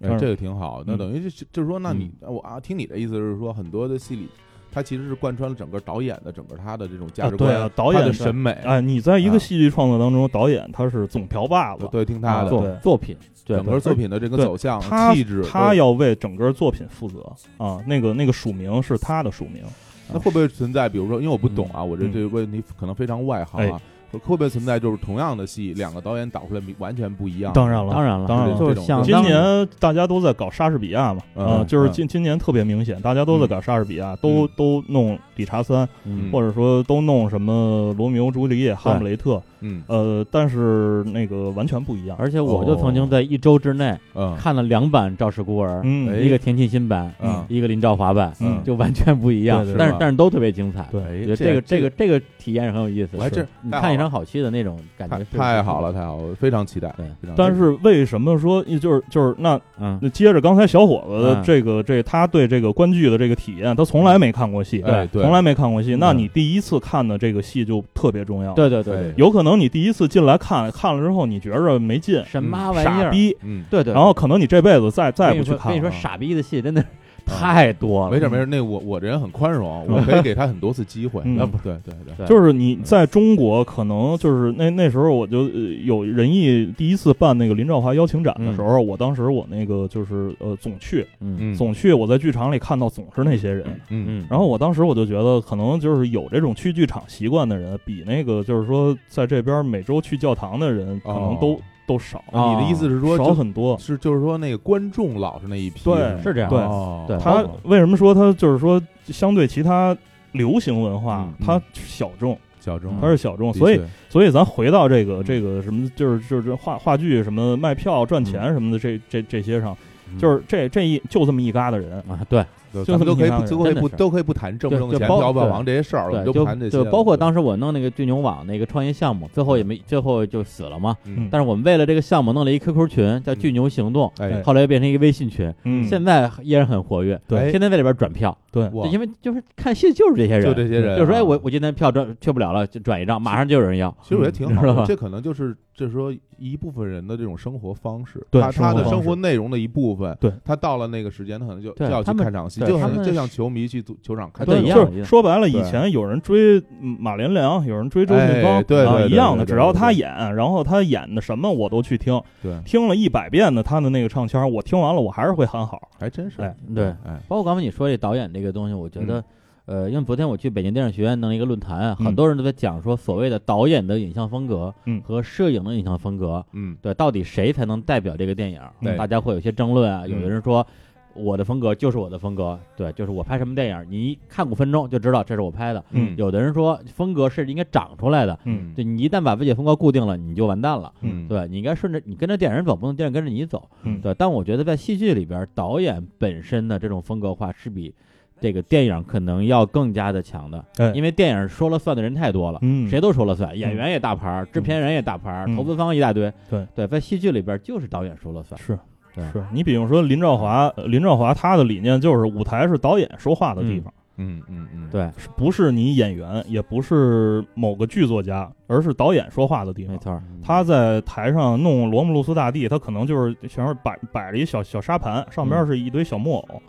哎
嗯
这个挺好。那
嗯
等于就是就是说，那你我啊，听你的意思是说，很多的戏里，它其实是贯穿了整个导演的整个他的这种价值
对
观，
啊导演
他的
的
审美，
哎，你在一
啊
个戏剧创作当中，导演他是总瓢把子
都，对，听他
嗯
的
做
作
对
作品对
整个作品的这个
对
走向、
他
气质，
他
都
要为整个作品负责啊。那个那个署名是他的署名，
那会不会存在，比如说，因为我不懂啊，我这
嗯
这个问题可能非常外行啊，会不会存在就是同样的戏，两个导演导出来完全不一样？
当然了，
当然了
当然
了
就
这
是
种
像
这
今
种
当
年大家都在搞莎士比亚嘛，
嗯
啊，就是
嗯
今今年特别明显，大家都在搞莎士比亚，都
嗯
都弄理查三，
嗯
或者说都弄什么罗密欧朱丽叶、哈姆雷特，
嗯
呃，但是那个完全不一样。
而且我
哦
就曾经在一周之内
嗯，
看了两版《赵氏孤儿》，
嗯，
哎
一个田沁鑫版，
嗯
一个林兆华版，
嗯
就完全不一样
对对，对
但
是吧
是但是都特别精彩。
对
我
哎
觉得这个这个这个体验是很有意思
我还
的，
真
你
太
看一
好了
场好戏的那种感觉
太
是
太好了，，太好了，非常期待。
对
非常期待
但是为什么说就是就是那
嗯，
那接着刚才小伙子
嗯
这个、这他对这个观剧的这个体验，他从来没看过戏，
哎对
从来没看过戏。那
嗯
你第一次看的这个戏就特别重要。，
对对对对，
有可能你第一次进来看看了之后，你觉着没劲，
什
嗯
么玩意
傻
儿？
逼，
嗯，
对对，
然后可能你这辈子再再也
跟
不
你
去
说
看
跟
了。
你说，傻逼的戏真的是太多了，
没事没事，那我我这人很宽容，我可以给他很多次机会。
嗯
啊不对对对，
对
就是你在中国，可能就是那那时候我就、呃有仁义第一次办那个林兆华邀请展的时候，我当时我那个就是呃总去
嗯
嗯
总去，我在剧场里看到总是那些人，
嗯
嗯，
然后我当时我就觉得，可能就是有这种去剧场习惯的人，比那个就是说在这边每周去教堂的人，可能都、
哦
都少，
啊
你的意思是说
少
就
哦很多。
是就是说那个观众老是那一批，
对
吗
是这样啊
对
哦
对
他为什么说他就是说相对其他流行文化
嗯，
嗯
他小众，
小众
嗯
他是小众，所以
的确
所以咱回到这个
嗯
这个什么，就是就是这话话剧什么卖票赚
嗯
钱什么的，这这这些上，就是这这一就这么一�嘎的人，
啊，对
对
就
咱们都可以
这么
不都可
一
帮
以
人
不都可以不谈挣不
对
挣
就
钱、
包
票不票
对
房这些事儿了，
对，
我们就不谈这
就
些了。嗯
就包括
对
当时我弄那个巨牛网那个创业项目，最后也没最后就死了嘛。
嗯
但是我们为了这个项目弄了一 QQ 群，叫
嗯
巨牛行动，
哎
后来又变成一个微信群，
嗯，
现在依然很活跃，
对
天天在里边转票，
对
哎哇
对因为就是看戏就是这些人，
就这些人啊，
就是说哎我我今天票转去不了了，就转一张，马上就有人要，
其实我觉得挺好
嗯是
的，
吧
这可能就是就是说一部分人的这种生活方式，
对
他
生活
他的
方式
生活内容的一部分，
对，
他到了那个时间，他可能就就
对
要去
他们
看场戏，
对
就
他
像
们
就像球迷去足球场看
对
球
一样
赛
就
一
是
样
说白了，以
对
前有人追嗯马连良，有人追周
哎
信芳，
对
啊
对对
一样的，
对对
只要
对
他
对
演，然后他演的什么我都去听，
对，
听了一百遍的他的那个唱腔，我听完了我还是会喊好。
还真是
哎
对，
哎，
包括刚才你说这导演这个东西，我觉得，呃，因为昨天我去北京电影学院弄了一个论坛啊，
嗯
很多人都在讲说所谓的导演的影像风格
嗯
和摄影的影像风格，
嗯，
对，到底谁才能代表这个电影儿？
对
大家会有一些争论啊。
嗯
有的人说，我的风格就是我的风格，对，就是我拍什么电影儿，你一看五分钟就知道这是我拍的。
嗯
有的人说，风格是应该长出来的，
嗯
对你一旦把自己的风格固定了，你就完蛋了。
嗯，
对，你应该顺着你跟着电影人走，不能电影跟着你走。
嗯
对。但我觉得在戏剧里边儿，导演本身的这种风格化是比这个电影可能要更加的强的，
哎
因为电影说了算的人太多了，
嗯
谁都说了算，演员也大牌儿，制片人也大牌儿，
嗯
投资方一大堆。
对
对，在戏剧里边儿就是导演说了算。
是
对
是你比如说林兆华，
嗯
呃林兆华他的理念就是舞台是导演说话的地方，
嗯嗯嗯，
对，
是不是你演员，也不是某个剧作家，而是导演说话的地
没
方。
错儿。
啊他在台上弄罗姆路斯大帝，他可能就是前面摆摆着一小小沙盘，上边是一堆小木偶，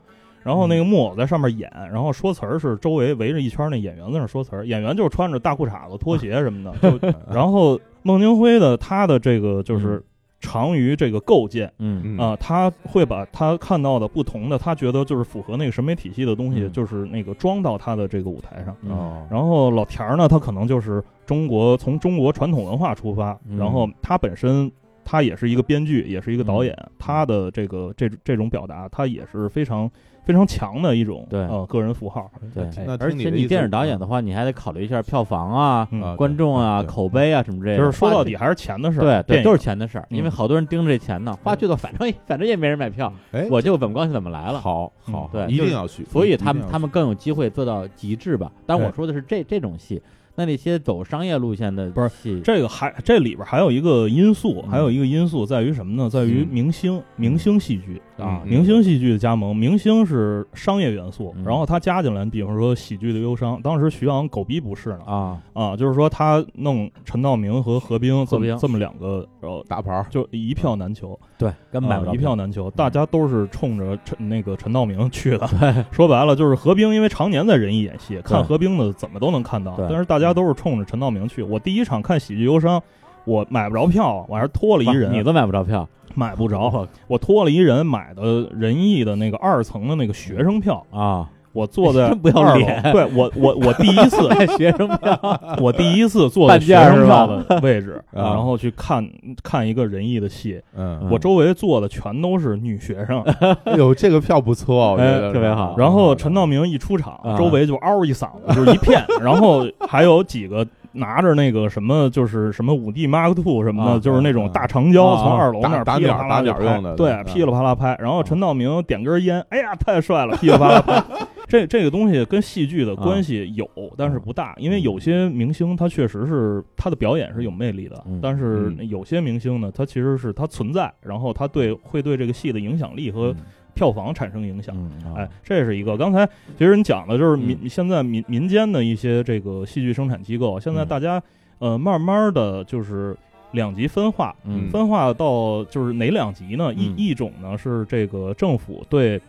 然后那个木偶在上面演，然后说词儿是周围围着一圈那演员在那说词儿，演员就是穿着大裤衩子、拖鞋什么 的。就然后孟京辉的他的这个就是长于这个构建
嗯
嗯
啊、他会把他看到的不同的，他觉得就是符合那个审美体系的东西，
嗯
就是那个装到他的这个舞台上。
嗯
哦，
然后老田儿呢，他可能就是中国从中国传统文化出发，
嗯
然后他本身他也是一个编剧，也是一个导演，他的这个这这种表达，他也是非常非常强的一种
对
呃个人符号。
对
哎
那
而
听
且
的意
你
思嗯
电影导演的话，你还得考虑一下票房啊、
嗯
啊
观众啊、
对
口碑啊什么之类的。
就是说
话
到
题
底还是钱的事儿，
对
电
对，
影
都是钱的事儿，
嗯
因为好多人盯着这钱呢。花剧的反正反正也没人买票，
哎，
我就怎么高兴怎么来了。
好好，
嗯
对
一
就
定
是
要去，
所
一
以他
定
们
要
他
去
们更有机会做到极致吧。但我
对
说的是这这种戏，那那些走商业路线的
不是
戏，
这个还这里边还有一个因素，
嗯
还有一个因素在于什么呢？在于
嗯
明星，明星戏剧
啊
嗯
明星戏剧的加盟，明星是商业元素，
嗯
然后他加进来，比方说喜剧的忧伤，当时徐昂狗逼不是呢
啊，
啊，就是说他弄陈道明和何冰这
何冰
么这么两个，呃，
打牌儿，
就一票难求，
对，根本买不
啊
着嗯
一票难求，大家都是冲着陈那个陈道明去的。说白了就是何冰，因为常年在仁义演戏，看何冰的怎么都能看到
对，嗯
但是大家都是冲着陈道明去。我第一场看《喜剧忧伤》。我买不着票，我还是托了一
不是
人，
你都买不着票，
买不着。我托了一人买的仁义的那个二层的那个学生票，
啊，
我坐在
真不要
二楼
脸
对我，我我第一次，
学生票，
我第一次坐在
半
学
价是
生
吧
票 的位置，
啊
然后去看看一个仁义的戏。
嗯，
我周围坐的全都是女学生，
哎呦，这个票不错，我觉
哎
得
特别好
然
哦嗯
后陈道明一出场
啊，
周围就嗷一嗓子，就是一 片。然后还有几个拿着那个什么，就是什么五 D Mark Two 什么
啊
的，就是那种
啊
大长焦
啊
从二楼那儿
打打
噼里啪啦
鸟打
就
鸟
拍
用的，嗯啊
对
对，
噼里啪啦拍。然后陈道明点根烟，哎呀，太帅 了，噼里啪啦拍。这这个东西跟戏剧的关
啊
系有，但是不大，
嗯
因为有些明星他确实是他的表演是有魅力的，
嗯
但是
嗯
有些明星呢，他其实是他存在，然后他对会对这个戏的影响力
嗯
和票房产生影响。
嗯，
嗯哎，这是一个。刚才其实你讲的就是民、
嗯
现在民民间的一些这个戏剧生产机构，啊现在
嗯
大家、呃慢慢的就是两极分化，
嗯
分化到就是哪两极呢？一、
嗯
一种呢是这个政府对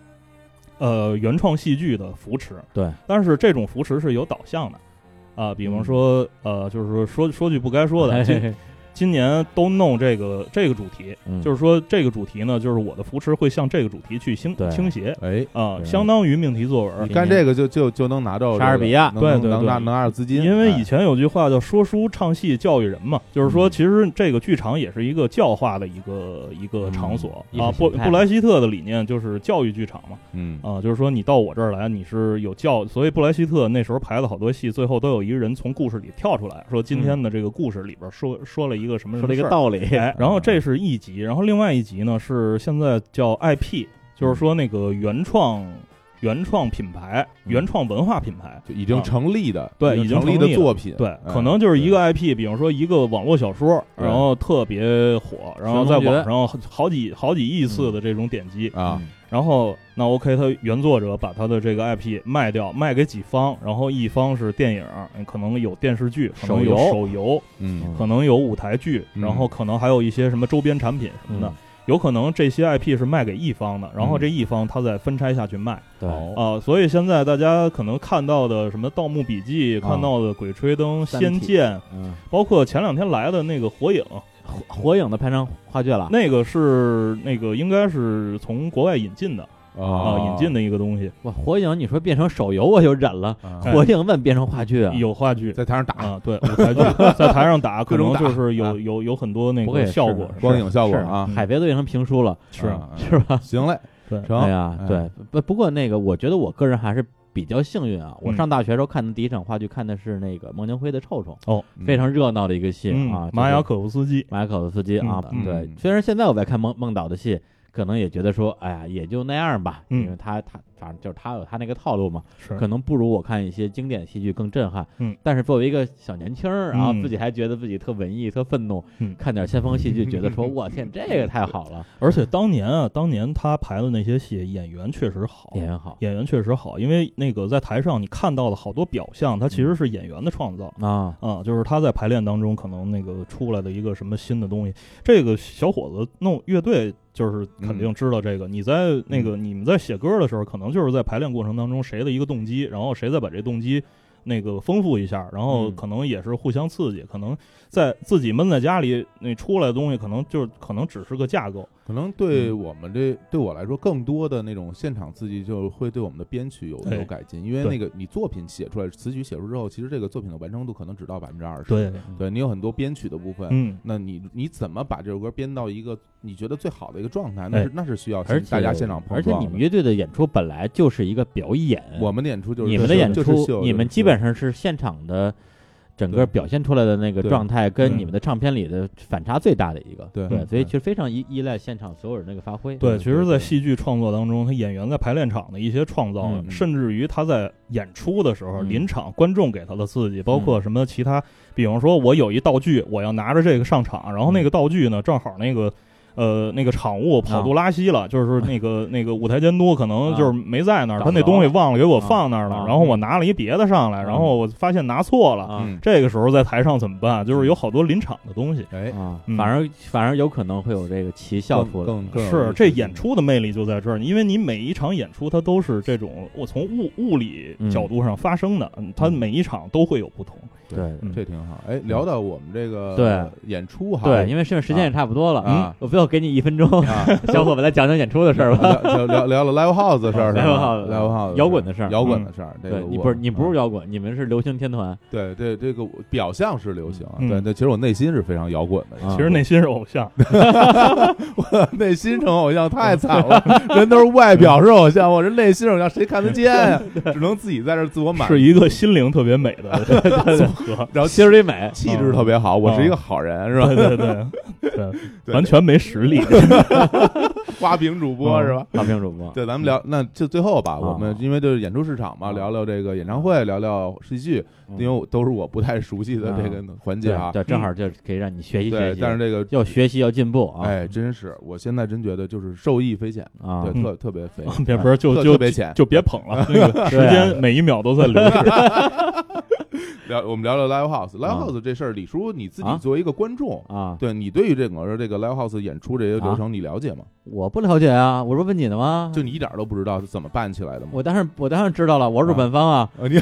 呃原创戏剧的扶持，
对，嗯
但是这种扶持是有导向的。啊，比方说，呃，就是说说说句不该 说的，今今年都弄这个这个主题，
嗯
就是说这个主题呢，就是我的扶持会向这个主题去倾
对
倾斜，
哎，
啊，
对
相当于命题作文
你。干这个就就就能拿到
莎士比亚
能
对
能
对
能
对
拿能拿着资金，
因为
哎
以前有句话叫“说书唱戏教育人”嘛，
嗯
就是说，其实这个剧场也是一个教化的一个一个场所
嗯意识
啊。
形
布
态
布莱希特的理念就是教育剧场嘛，
嗯
啊，就是说你到我这儿来，你是有教，所以布莱希特那时候排了好多戏，最后都有一个人从故事里跳出来说，今天的这个故事里边说说了一个什么什
说
么
了一
事
个
儿
道理，
哎，然后这是一集，然后另外一集呢是现在叫 IP，就是说那个原创原创品牌、
嗯
原创文化品牌。
就已经
啊
成立的
对
已
已经
立
成立
的
了
作品，
对，
哎
可能就是一个 IP，比方说一个网络小说，
对
然后特别火，然后在
神龙
网
诀
上好好几好几亿次的这种点击，
嗯啊，
然后那 OK，他原作者把他的这个 IP 卖掉，卖给几方，然后一方是电影，可能有电视剧，可能有
手游
手游，
嗯
可能有舞台剧，
嗯
然后可能还有一些什么周边产品什么的。有可能这些 IP 是卖给一方的，然后
嗯哦
这一方他再分拆下去卖
对，
啊。所以现在大家可能看到的什么《盗墓笔记》，
啊
看到的《鬼吹灯》《
三
仙
体啊
剑》，
嗯，
包括前两天来的那个《火影》，
火火影的拍成话剧了
那个是那个应该是从国外引进的
哦
啊，引进
的
的一个东西，
哇，火影你说变成手游我就忍了，
啊
哎
火影问变成话剧啊，
有话剧。
在台上打
啊，对，舞台 剧在台上打，可
各种
能
打
就是有
啊
有有很多那
不过
个
也是
效果，嗯
光影效果
是
啊，
海飞都变成评书了，
是
啊啊
是吧？
行嘞，
对
成，
哎呀，
哎
对，不不过那个，我觉得我个人还是比较幸运啊。我
嗯
上大学时候看的第一场话剧，看的是那个孟京辉的《臭虫》，
嗯
非常热闹的一个戏
哦嗯
啊，就是
马雅可夫斯基，
马雅可夫斯基啊，
嗯
对
嗯。
虽然现在我在看孟孟导的戏，可能也觉得说，哎呀，也就那样吧，
嗯
因为他他反正就是他有他那个套路嘛，
是
可能不如我看一些经典戏剧更震撼。
嗯，
但是作为一个小年轻儿，然后
嗯
自己还觉得自己特文艺、特愤怒，
嗯
看点先锋戏剧，觉得说，我天，这个太好 了，
而且当年啊，当年他排的那些戏，演员确实好，
演员好
演员确实好，因为那个在台上你看到的好多表象，它其实是演员的创造。
啊，
啊、就是他在排练当中可能那个出来的一个什么新的东西，这个小伙子弄乐队就是肯定知道这个。你在那个你们在写歌的时候，可能就是在排练过程当中谁的一个动机，然后谁再把这动机那个丰富一下，然后
嗯
可能也是互相刺激。可能在自己闷在家里那出来的东西，可能就是可能只是个架构。
可能对
嗯
我们这对我来说，更多的那种现场刺激，就会对我们的编曲有
对
有改进，因为
哎
那
对
个你作品写出来，词曲写出之后，其实这个作品的完成度可能只到百分之二十。，
对，
对你有很多编曲的部分，
嗯，
那你你怎么把这首歌编到一个你觉得最好的一个状态？那是、
哎
那是需要
而且
大家现场碰
而且
撞
你
的
们乐队的演出本来就是一个表演，
我们的演出就
嗯
是
你们的演
就是秀
出，你
就是
们
秀
基本上是现场的整个
对
表现出来的那个
对
状态，跟
嗯
你们的唱片里的反差最大的一个。
对
对，
嗯
所以
对
其实非常依依赖现场所有人那个发挥。嗯
对，其实，
对
在戏剧创作当中，他演员在排练场的一些创造，
嗯
甚至于他在演出的时候，
嗯
临场观众给他的刺激，包括什么其他，比方说，我有一道具，我要拿着这个上场，然后那个道具呢，正好那个。呃，那个场务跑肚拉稀了，就是那个那个舞台监督可能就是没在那儿，
啊
他那东西忘了给我放那儿了，
啊啊
然后我拿了一别的上来，然后我发现拿错了，
啊
嗯，
这个时候在台上怎么办？就是有好多临场的东西，
哎，
啊
嗯，
反而反而有可能会有这个奇效
更
出来。
更更有意
是
思
这演出的魅力就在这儿，因为你每一场演出它都是这种我从物物理角度上发生的，嗯它每一场都会有不同。
对
嗯
这挺好。哎，聊到我们这个
对
演出哈，
对，因为现在时间也差不多了嗯
啊
我最后给你一分 钟，
啊，
小伙伴来讲讲演出的事儿吧。
聊聊聊聊了 live house 的事儿是吧
live house
live house
摇滚的事儿嗯
摇滚的事儿。这个
对你
我
不是你不
啊
是摇滚，你们是流行天团，
对对这个我表象是流行啊，
嗯
对对，其实我内心是非常摇滚的。
啊
其实内心是偶像，
我内心成偶像太惨了，
嗯
人都是外表是偶像，我这内心偶像谁看得见呀？只能自己在这儿自我满足
是。一个心灵特别美 的组合。
然后
心嗯里 美。
气质特别好，我是一个好人是吧？
对对对对，
对
完全没实力。
花瓶主播是吧？
大屏主播，
对，咱们聊，那就最后吧，
嗯啊
我们因为就是演出市场嘛，
啊
聊聊这个演唱会，聊聊戏剧，
嗯
因为都是我不太熟悉的这个 环节啊
对，。正好就可以让你学习学
对，
习。
但是这个，
要学习要进步啊！
哎，真是，我现在真觉得就是受益匪浅，
啊，
对，
嗯
特特别 肥。
别不是就
特
就
特别浅
就别捧了，那个时间每一秒都在流 逝。
聊，我们聊聊 live house，live
啊
house 这事儿，李叔你自己
啊
作为一个观众，
啊，
对你对于这个这个 live house 演出这些流程你了解吗？
我不了解啊，我说问你呢吗？
就你一点都不知道是怎么办起来的吗？
我当然我当然知道了，我是主办方 啊，
呃你，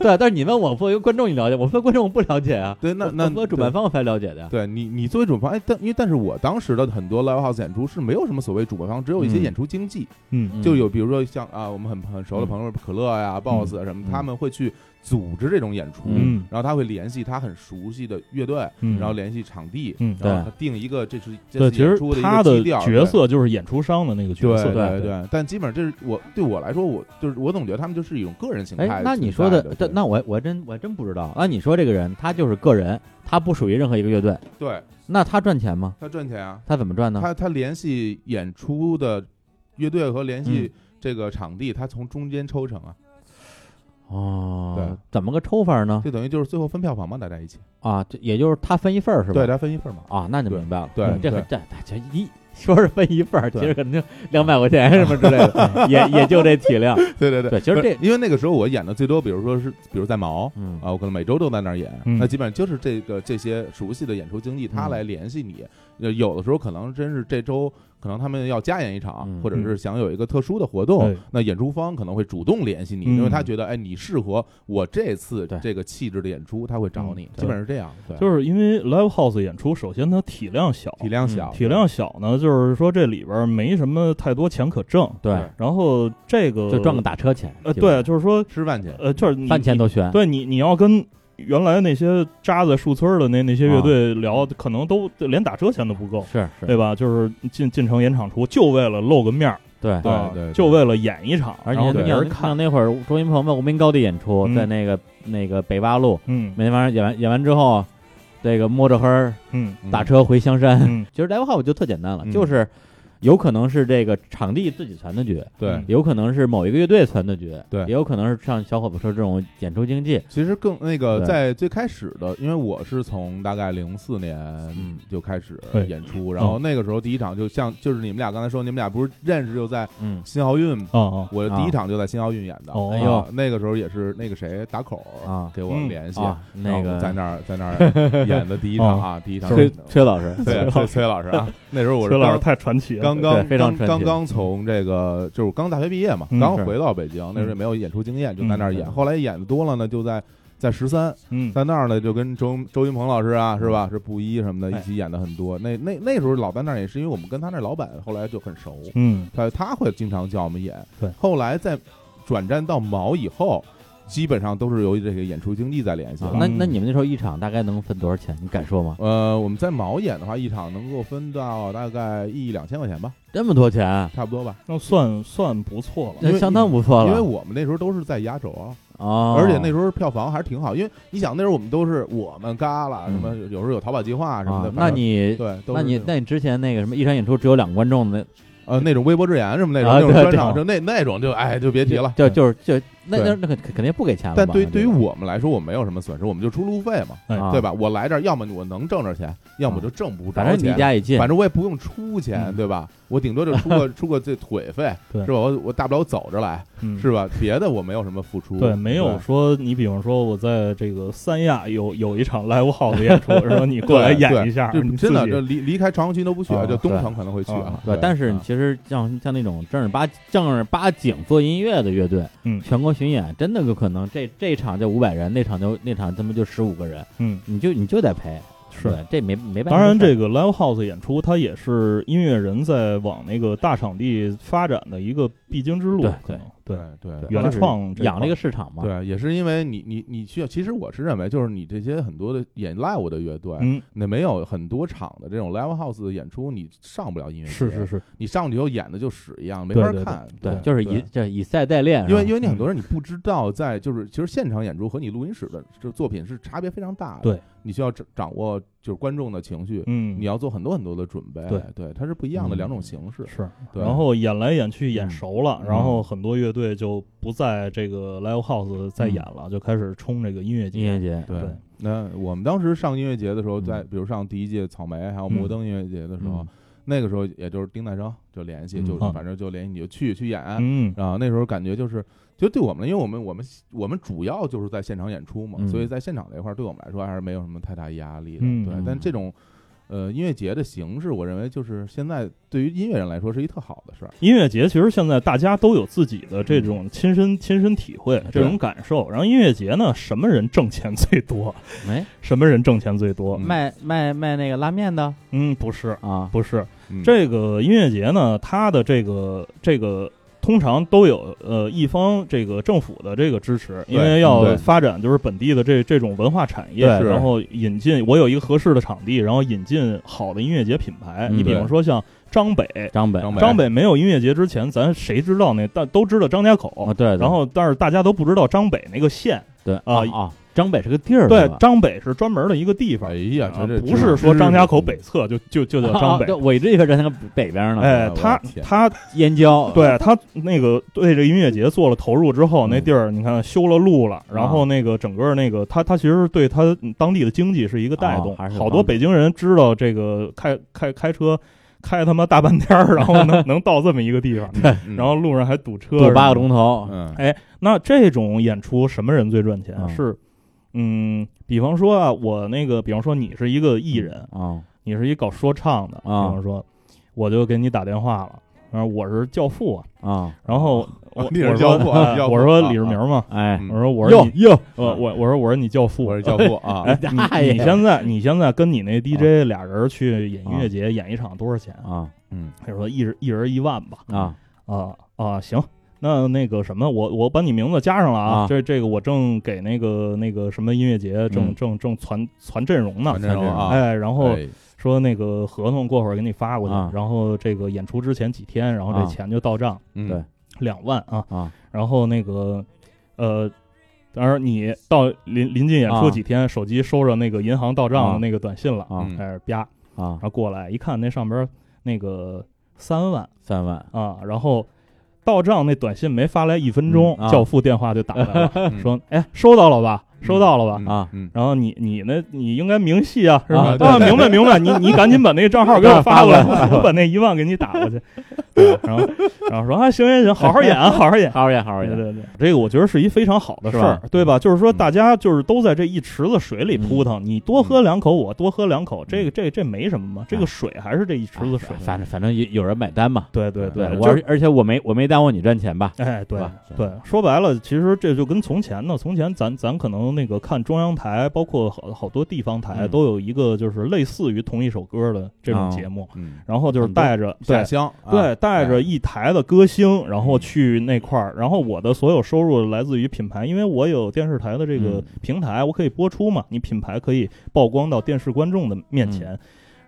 对，但是你问我作为一个观众你了解，我作为观众我不了解啊
对，那
我
那
我作为主办方我才了解的呀，
对你，你作为主办方，哎，但因为但是我当时的很多 live house 演出是没有什么所谓主办方，只有一些
嗯
演出经济，
嗯，
嗯
就有比如说像啊，我们很很熟的朋友可乐呀、BOSS 啊什么，
嗯
他们会去组织这种演出，
嗯
然后他会联系他很熟悉的乐队，
嗯
然后联系场地，
嗯
然后他定一个这是这
对，
次
其
演
实
出的一个
他的
基调
角。色就是演出商的那个角
对
色。
对
对
对，但基本上这是我对我来说，我就是我总觉得他们就是一种个人形态存在
哎，
的。
那你说的，
对
这那我我还真我还真不知道，那你说这个人他就是个人，他不属于任何一个乐队，
对
那他赚钱吗？
他赚钱啊，
他怎么赚呢？
他他联系演出的乐队和联系
嗯
这个场地，他从中间抽成啊，
哦
对，
怎么个抽法呢？
就等于就是最后分票房嘛，大家一起，
啊，这也就是他分一份儿是吧？
对，他分一份嘛。
啊，那就
对
明白了。
对
嗯这
对
很这这一说是分一份儿，其
对
实肯定两百块钱 什 么之类的，也也就这体量。
对对对
对其实
不是
这
因为那个时候我演的最多，比如说是比如在毛
嗯
啊，我可能每周都在那儿演，
嗯
那基本上就是这个这些熟悉的演出经济，他来联系你。呃有的时候可能真是这周可能他们要加演一场，
嗯
或者是想有一个特殊的活动，
哎
那演出方可能会主动联系你，
嗯
因为他觉得哎你适合我这次
对
这个气质的演出，他会找你，
嗯对
基本上是这样，对，
就是因为 live house 演出，首先它体量小，
体量小，
嗯体量小呢，就是说这里边儿没什么太多钱可挣，
对，
然后这个
就赚个打车钱，
呃，
基本
对，就是说
吃饭去，
呃，就是你
上饭钱都悬，
对你你要跟原来那些扎在树村儿的那那些乐队聊，可能都连打车钱都不够。
啊是是，
对吧？就是进进城演场出，就为了露个面儿，
对
对
啊
对对
就为了演一场，
而
然后
且
没
你
人看，
看那会儿周云鹏在无名高地演出，
嗯
在那个那个北八路，
嗯
每天晚上演完演完之后，这个摸着黑儿
嗯
嗯
打车回香山。
嗯，
其实 live house 就特简单了，
嗯
就是有可能是这个场地自己攒的局，
对
嗯。
有可能是某一个乐队攒的局，
对
也有可能是像小火车这种演出经济，
其实更那个
对
在最开始的，因为我是从大概零四年
嗯
就开始
对嗯
演出，然后那个时候第一场就像就是你们俩刚才说，你们俩不是认识就在
嗯，
新奥运吗，
啊
哦
啊，
我第一场就在新奥运演的，
哦
哎呦
啊那个时候也是那个谁打口
啊
给我
嗯
联系，
啊，
然
那
后
个
在那儿在那 儿演的第一场啊，第一场
崔崔老师，
对崔崔老师啊， 那时候我是
崔老师
刚
太传奇了，
刚刚
对非常
刚
传
刚
奇
刚从这个就是刚大学毕业嘛，
嗯
刚
是
回到北京，那时候也没有演出经验，就在那儿
嗯
演，后来演的多了呢，就在。在十三，
嗯，
在那儿呢，就跟周周云鹏老师
嗯
啊，是吧？是布衣什么的，
哎
一起演的很多。那那那时候老在那儿也是因为我们跟他那老板后来就很熟，
嗯
他他会经常叫我们演。
对
后来在转战到毛以后，基本上都是由于这个演出经济在联系
啊
了。
那
嗯
那你们那时候一场大概能分多少钱？你敢说吗？
呃，我们在毛演的话，一场能够分到大概一两千块钱吧，
这么多钱，
差不多吧。
那算算不错了，
因为
那相当不错了。
因为我们那时候都是在压轴啊，
哦，
而且那时候票房还是挺好。因为你想，那时候我们都是我们旮旯什么，有时候有淘宝计划什么的
嗯啊。，
反
那
正
你
对，都
那
是
你
种
那你之前那个什么一场演出只有两个观众的
呃那种微博之言什么那种
啊
那种
对
专
对
场，就那那种就哎就别提了。
就就是就那
对
那那肯肯定不给钱了吧。
但对
那
对于
就
我们来说，我们没有什么损失，我们就出路费嘛。
哎
啊
对吧？我来这儿，要么我能挣着钱，要
啊
么我就挣不着
反正
钱
离家也近，
反正我也不用出钱，
嗯
对吧？我顶多就出 个出个这腿费，
对
是吧？我我大不了我走着来，
嗯
是吧？别的我没有什么付出，
对，没有说你比方说我在这个三亚有有一场 live house 演出，然后你过来
对
演
对
一下，
就
你
真的
自己
就离离开朝阳区都不去
啊，
就东
对
城可能会去嗯
啊，
对，但是其实像像那种正儿八正儿八经做音乐的乐队，
嗯
全国巡演真的有可能这这场就五百人，那场就那场他妈就十五个人，
嗯
你就你就得赔，
是
对这没没办法。
当然，这个 live house 演出它也是音乐人在往那个大场地发展的一个必经之路，
对
可能对
对
对
对对。
原
就是
创这
养
块
了
儿
一个市场嘛，
对，也是因为你你你需要，其实我是认为，就是你这些很多的演 live 的乐队，
嗯，
那没有很多场的这种 live house 的演出，你上不了音乐节，
是是是，
你上去以后演的就屎一样，没
对
法
对对
看，
对，就是以这以赛代练，
因为因为
嗯
你很多人你不知道在就是其实现场演出和你录音室的这作品是差别非常大的，
对，
你需要掌掌握就是观众的情绪，
嗯，
你要做很多很多的准备，
对
它是不一样
嗯
的两种形式，
是，
对
然后演来演去演熟了，
嗯
然后很多乐队就不在这个 live house 再演
嗯
了，就开始冲这个音乐节。
音乐节，
对
对
那我们当时上音乐节的时候，
嗯
在比如上第一届草莓还有
嗯
摩登音乐节的时候，
嗯
那个时候也就是丁代生就联系，
嗯
就
啊
反正就联系你就去去演，
嗯，
啊，那时候感觉就是，就对我们，因为我们我们我们主要就是在现场演出嘛，
嗯
所以在现场这一块儿对我们来说还是没有什么太大压力的。
嗯
对
嗯，
但这种呃音乐节的形式，我认为就是现在对于音乐人来说是一特好的事儿。
音乐节其实现在大家都有自己的这
嗯
种亲身亲身体会，这种感受。然后音乐节呢，什么人挣钱最多？
哎，
什么人挣钱最多？
嗯
卖卖卖那个拉面的
嗯，不是，
啊，
不是，
嗯、
这个音乐节呢，它的这个这个通常都有呃一方这个政府的这个支持，因为
对
要发展就是本地的这这种文化产业，
对
是
然后引进我有一个合适的场地，然后引进好的音乐节品牌。
嗯
你比方说像张北，
张北
张
啊，
北
张北没有音乐节之前，咱谁知道那？但都知道张家口。
哦对，对
然后，但是大家都不知道张北那个县，
对
啊
啊啊，张北是个地儿，
对
是吧，
张北是专门的一个地方
哎，呀，
啊
这嗯这
不是说张家口北， 侧就就就叫张
啊
北
对，我一直以为在那个北边呢，
哎，
我的
他
天
他
燕郊，
对他那个对这音乐节做了投入之后，
嗯
那地儿你看修了路
啊
了，然后那个整个那个他他其实对他当地的经济是一个带动
哦还是，有
好多北京人知道这个开开开车开他妈大半天儿，然 后能能到这么一个地方，
这这嗯
然后路上还堵车，
堵八个
钟。
钟头，
嗯，
哎，那这种演出什么人最赚钱？
嗯
是嗯，比方说
嗯
啊，我那个，比方说你是一个艺人，
啊
你是一搞说唱的，
啊
比方说。我就给你打电话了。然后我是教父啊，
啊，
然后我
哦 你是
我说
教父啊
哎
教父
我
啊
说李志明嘛，
哎，
嗯
我说我是
哟
你，
哟，
呃我我说我是你教父，
我是教父啊，
哎，
大
你
爷
你现在你现在跟你那 DJ 俩人去演音
啊
乐节演一场多少钱？
啊
他说一人一人一万吧。
啊
啊啊，行，那那个什么，我我把你名字加上了啊。
啊
这这个我正给那个那个什么音乐节正、
嗯
正正传传阵容呢
传。阵容啊
哎，然后
哎
说那个合同过会儿给你发过去，
啊
然后这个演出之前几天，然后
啊
这钱就到账
嗯
对
两万啊。
啊
然后那个呃。当然，你到临临近演出
啊
几天，手机收着那个银行到账
啊
的那个短信了，
啊
嗯
哎，啪，
啊
然，后过来一看，那上边儿那个三万
三万
啊，然后到账那短信没发来一分钟，
嗯啊
教父电话就打来 了，
嗯
说：“哎，收到了吧？收到了吧？”
嗯
啊
嗯，
然后你你那你应该明细啊，是吧
啊？对
啊，明白明白，你你赶紧把那个账号给我 发过来，我把那一万给你打过去。对然后然后说啊，行行行，好好演啊，好好演。
好好演，好好
对
演，
对对，这个我觉得是一非常好的事
是
儿嗯
吧，
对吧？就是说，
嗯
大家就是都在这一池子水里扑腾，你多喝两口，我多喝两口，这个这这没什么嘛，这个水还是这一池子水
哎，反正反正有有人买单嘛，
对对
对我
我
而而且我没我没耽误你赚钱吧？
哎对
是吧
对，说白了，其实这就跟从前呢，从前咱咱可能那个看中央台，包括好好多地方台
嗯
都有一个就是类似于同一首歌的这种
哦
节目，
嗯，
然后就是
很多
带着对
下乡啊
对，带
哎
着一台的歌星，然
嗯
后去那块儿，然后我的所有收入来自于品牌，因为我有电视台的这个
嗯
平台，我可以播出嘛，你品牌可以曝光到电视观众的面前。
嗯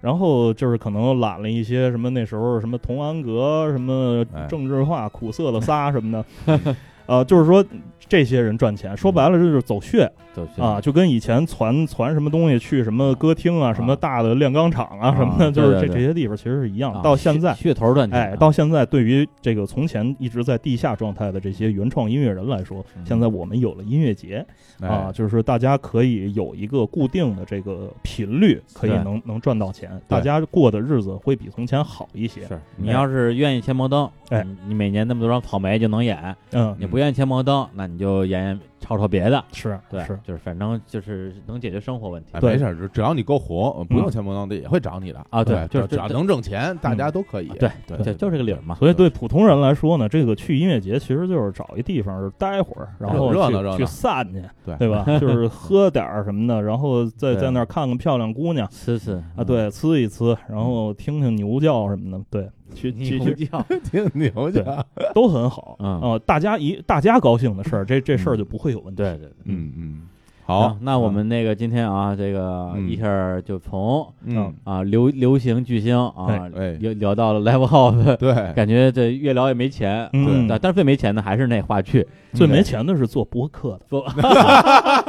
然后就是可能揽了一些什么那时候什么童安格、什么
哎
郑智化、苦涩的仨什么的， 呃，就是说这些人赚钱，说白了就是走穴
走心
啊，就跟以前传传什么东西去什么歌厅啊、什么大的炼钢厂啊什么
啊
的，就是
对对对
这这些地方其实是一样的。
啊
到现在
噱噱头赚钱啊，
哎，到现在对于这个从前一直在地下状态的这些原创音乐人来说，
嗯
现在我们有了音乐节
哎
啊，就是大家可以有一个固定的这个频率，可以
对
能能赚到钱，大家过的日子会比从前好一些。
是你要是愿意牵摩登，
哎
你，你每年那么多张草莓就能演，
嗯，
你不愿意牵摩登，那你就演演抄抄别的，
是
对，
是，
就是反正就是能解决生活问题
哎，
对
没事儿，只只要你够红，呃不用钱不当地也会找你的
嗯啊对
只
就是嗯啊
只要能挣钱，大家都可以。
对
对
就就这个理儿嘛，
所以对普通人来说呢，这个去音乐节其实就是找一地方待会儿，然后
热闹
去
热闹
去散去，
对
对吧？就是喝点儿什么的，然后再
对嗯
在那儿看看漂亮姑娘。
吃吃
啊，，对，呲一呲，然后听听牛叫什么的，对，去去
嗯
去
牛叫
挺牛
对
的。
都很好。
嗯
呃大家一大家高兴的事儿，这这事儿就不会有问题。
对对对。
嗯嗯，
好
好，，
那我们那个今天啊，这个
嗯
一下儿就从
嗯
啊流流行巨星啊
哎，
哎
又聊到了 Live House，
对，
感觉这越聊越没钱，
嗯
但但最没钱的还是那话 剧，
最没钱的是做播客的，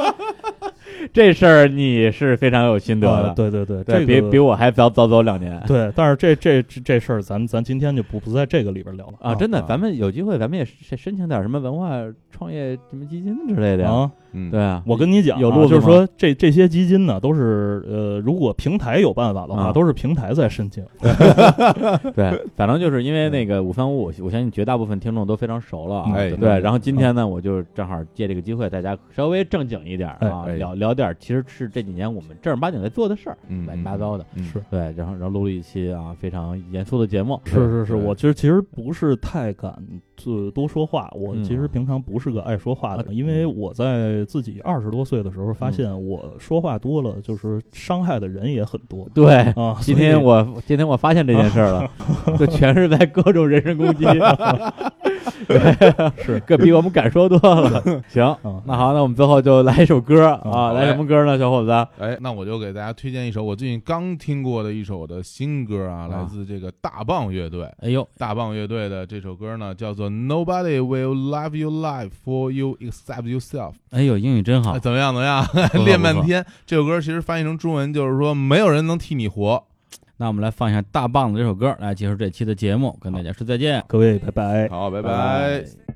这事儿你是非常有心得
呃
的，
对对对，
对，
这
比
个
比我还早早走两年
对，但是这这这这事儿，咱咱今天就不不在这个里边聊了
啊！真的，
啊
咱们有机会，咱们也申申请点什么文化创业什么基金之类的呀。
啊！
嗯
对啊，
我跟你讲啊，
有路子
就
吗
是说这这些基金呢，都是呃，如果平台有办法的
啊
话，都是平台在申请。
对，反正就是因为那个五三五，我我相信绝大部分听众都非常熟了啊。
哎
对，嗯然后今天呢，我就正好借这个机会，大家稍微正经一点啊，
哎哎
聊聊点其实是这几年我们正儿八经在做的事儿，
嗯
乱七八糟的。
嗯
是
对，然后然后录了一期啊非常严肃的节目，
是是是，
对
我其实其实不是太敢做多说话，我
嗯啊
其实平常不是个爱说话的人，因为我在自己二十多岁的时候
嗯
发现，我说话多了，就是伤害的人也很多
对。
啊。
今
所
天
以啊
我今天我发现这件事儿了， 就全是在各种人身攻 击，是更比我们敢说多 了。行，
啊，
那好，那我们最后就来一首歌啊，
好
来什么歌呢，小伙子？
哎，那我就给大家推荐一首我最近刚听过的一首的新歌啊，来自这个大棒乐队。
哎呦，
大棒乐队的这首歌呢，叫做《Nobody Will Love You Live for You Except Yourself》。
哎呦，英语真好
哎，怎么样？怎么样？ 练半天，这首歌其实翻译成中文就是说，没有人能替你活。
那我们来放一下大棒子这首歌，来结束这期的节目，跟大家说再见。
各位拜拜。
好，拜
拜拜
拜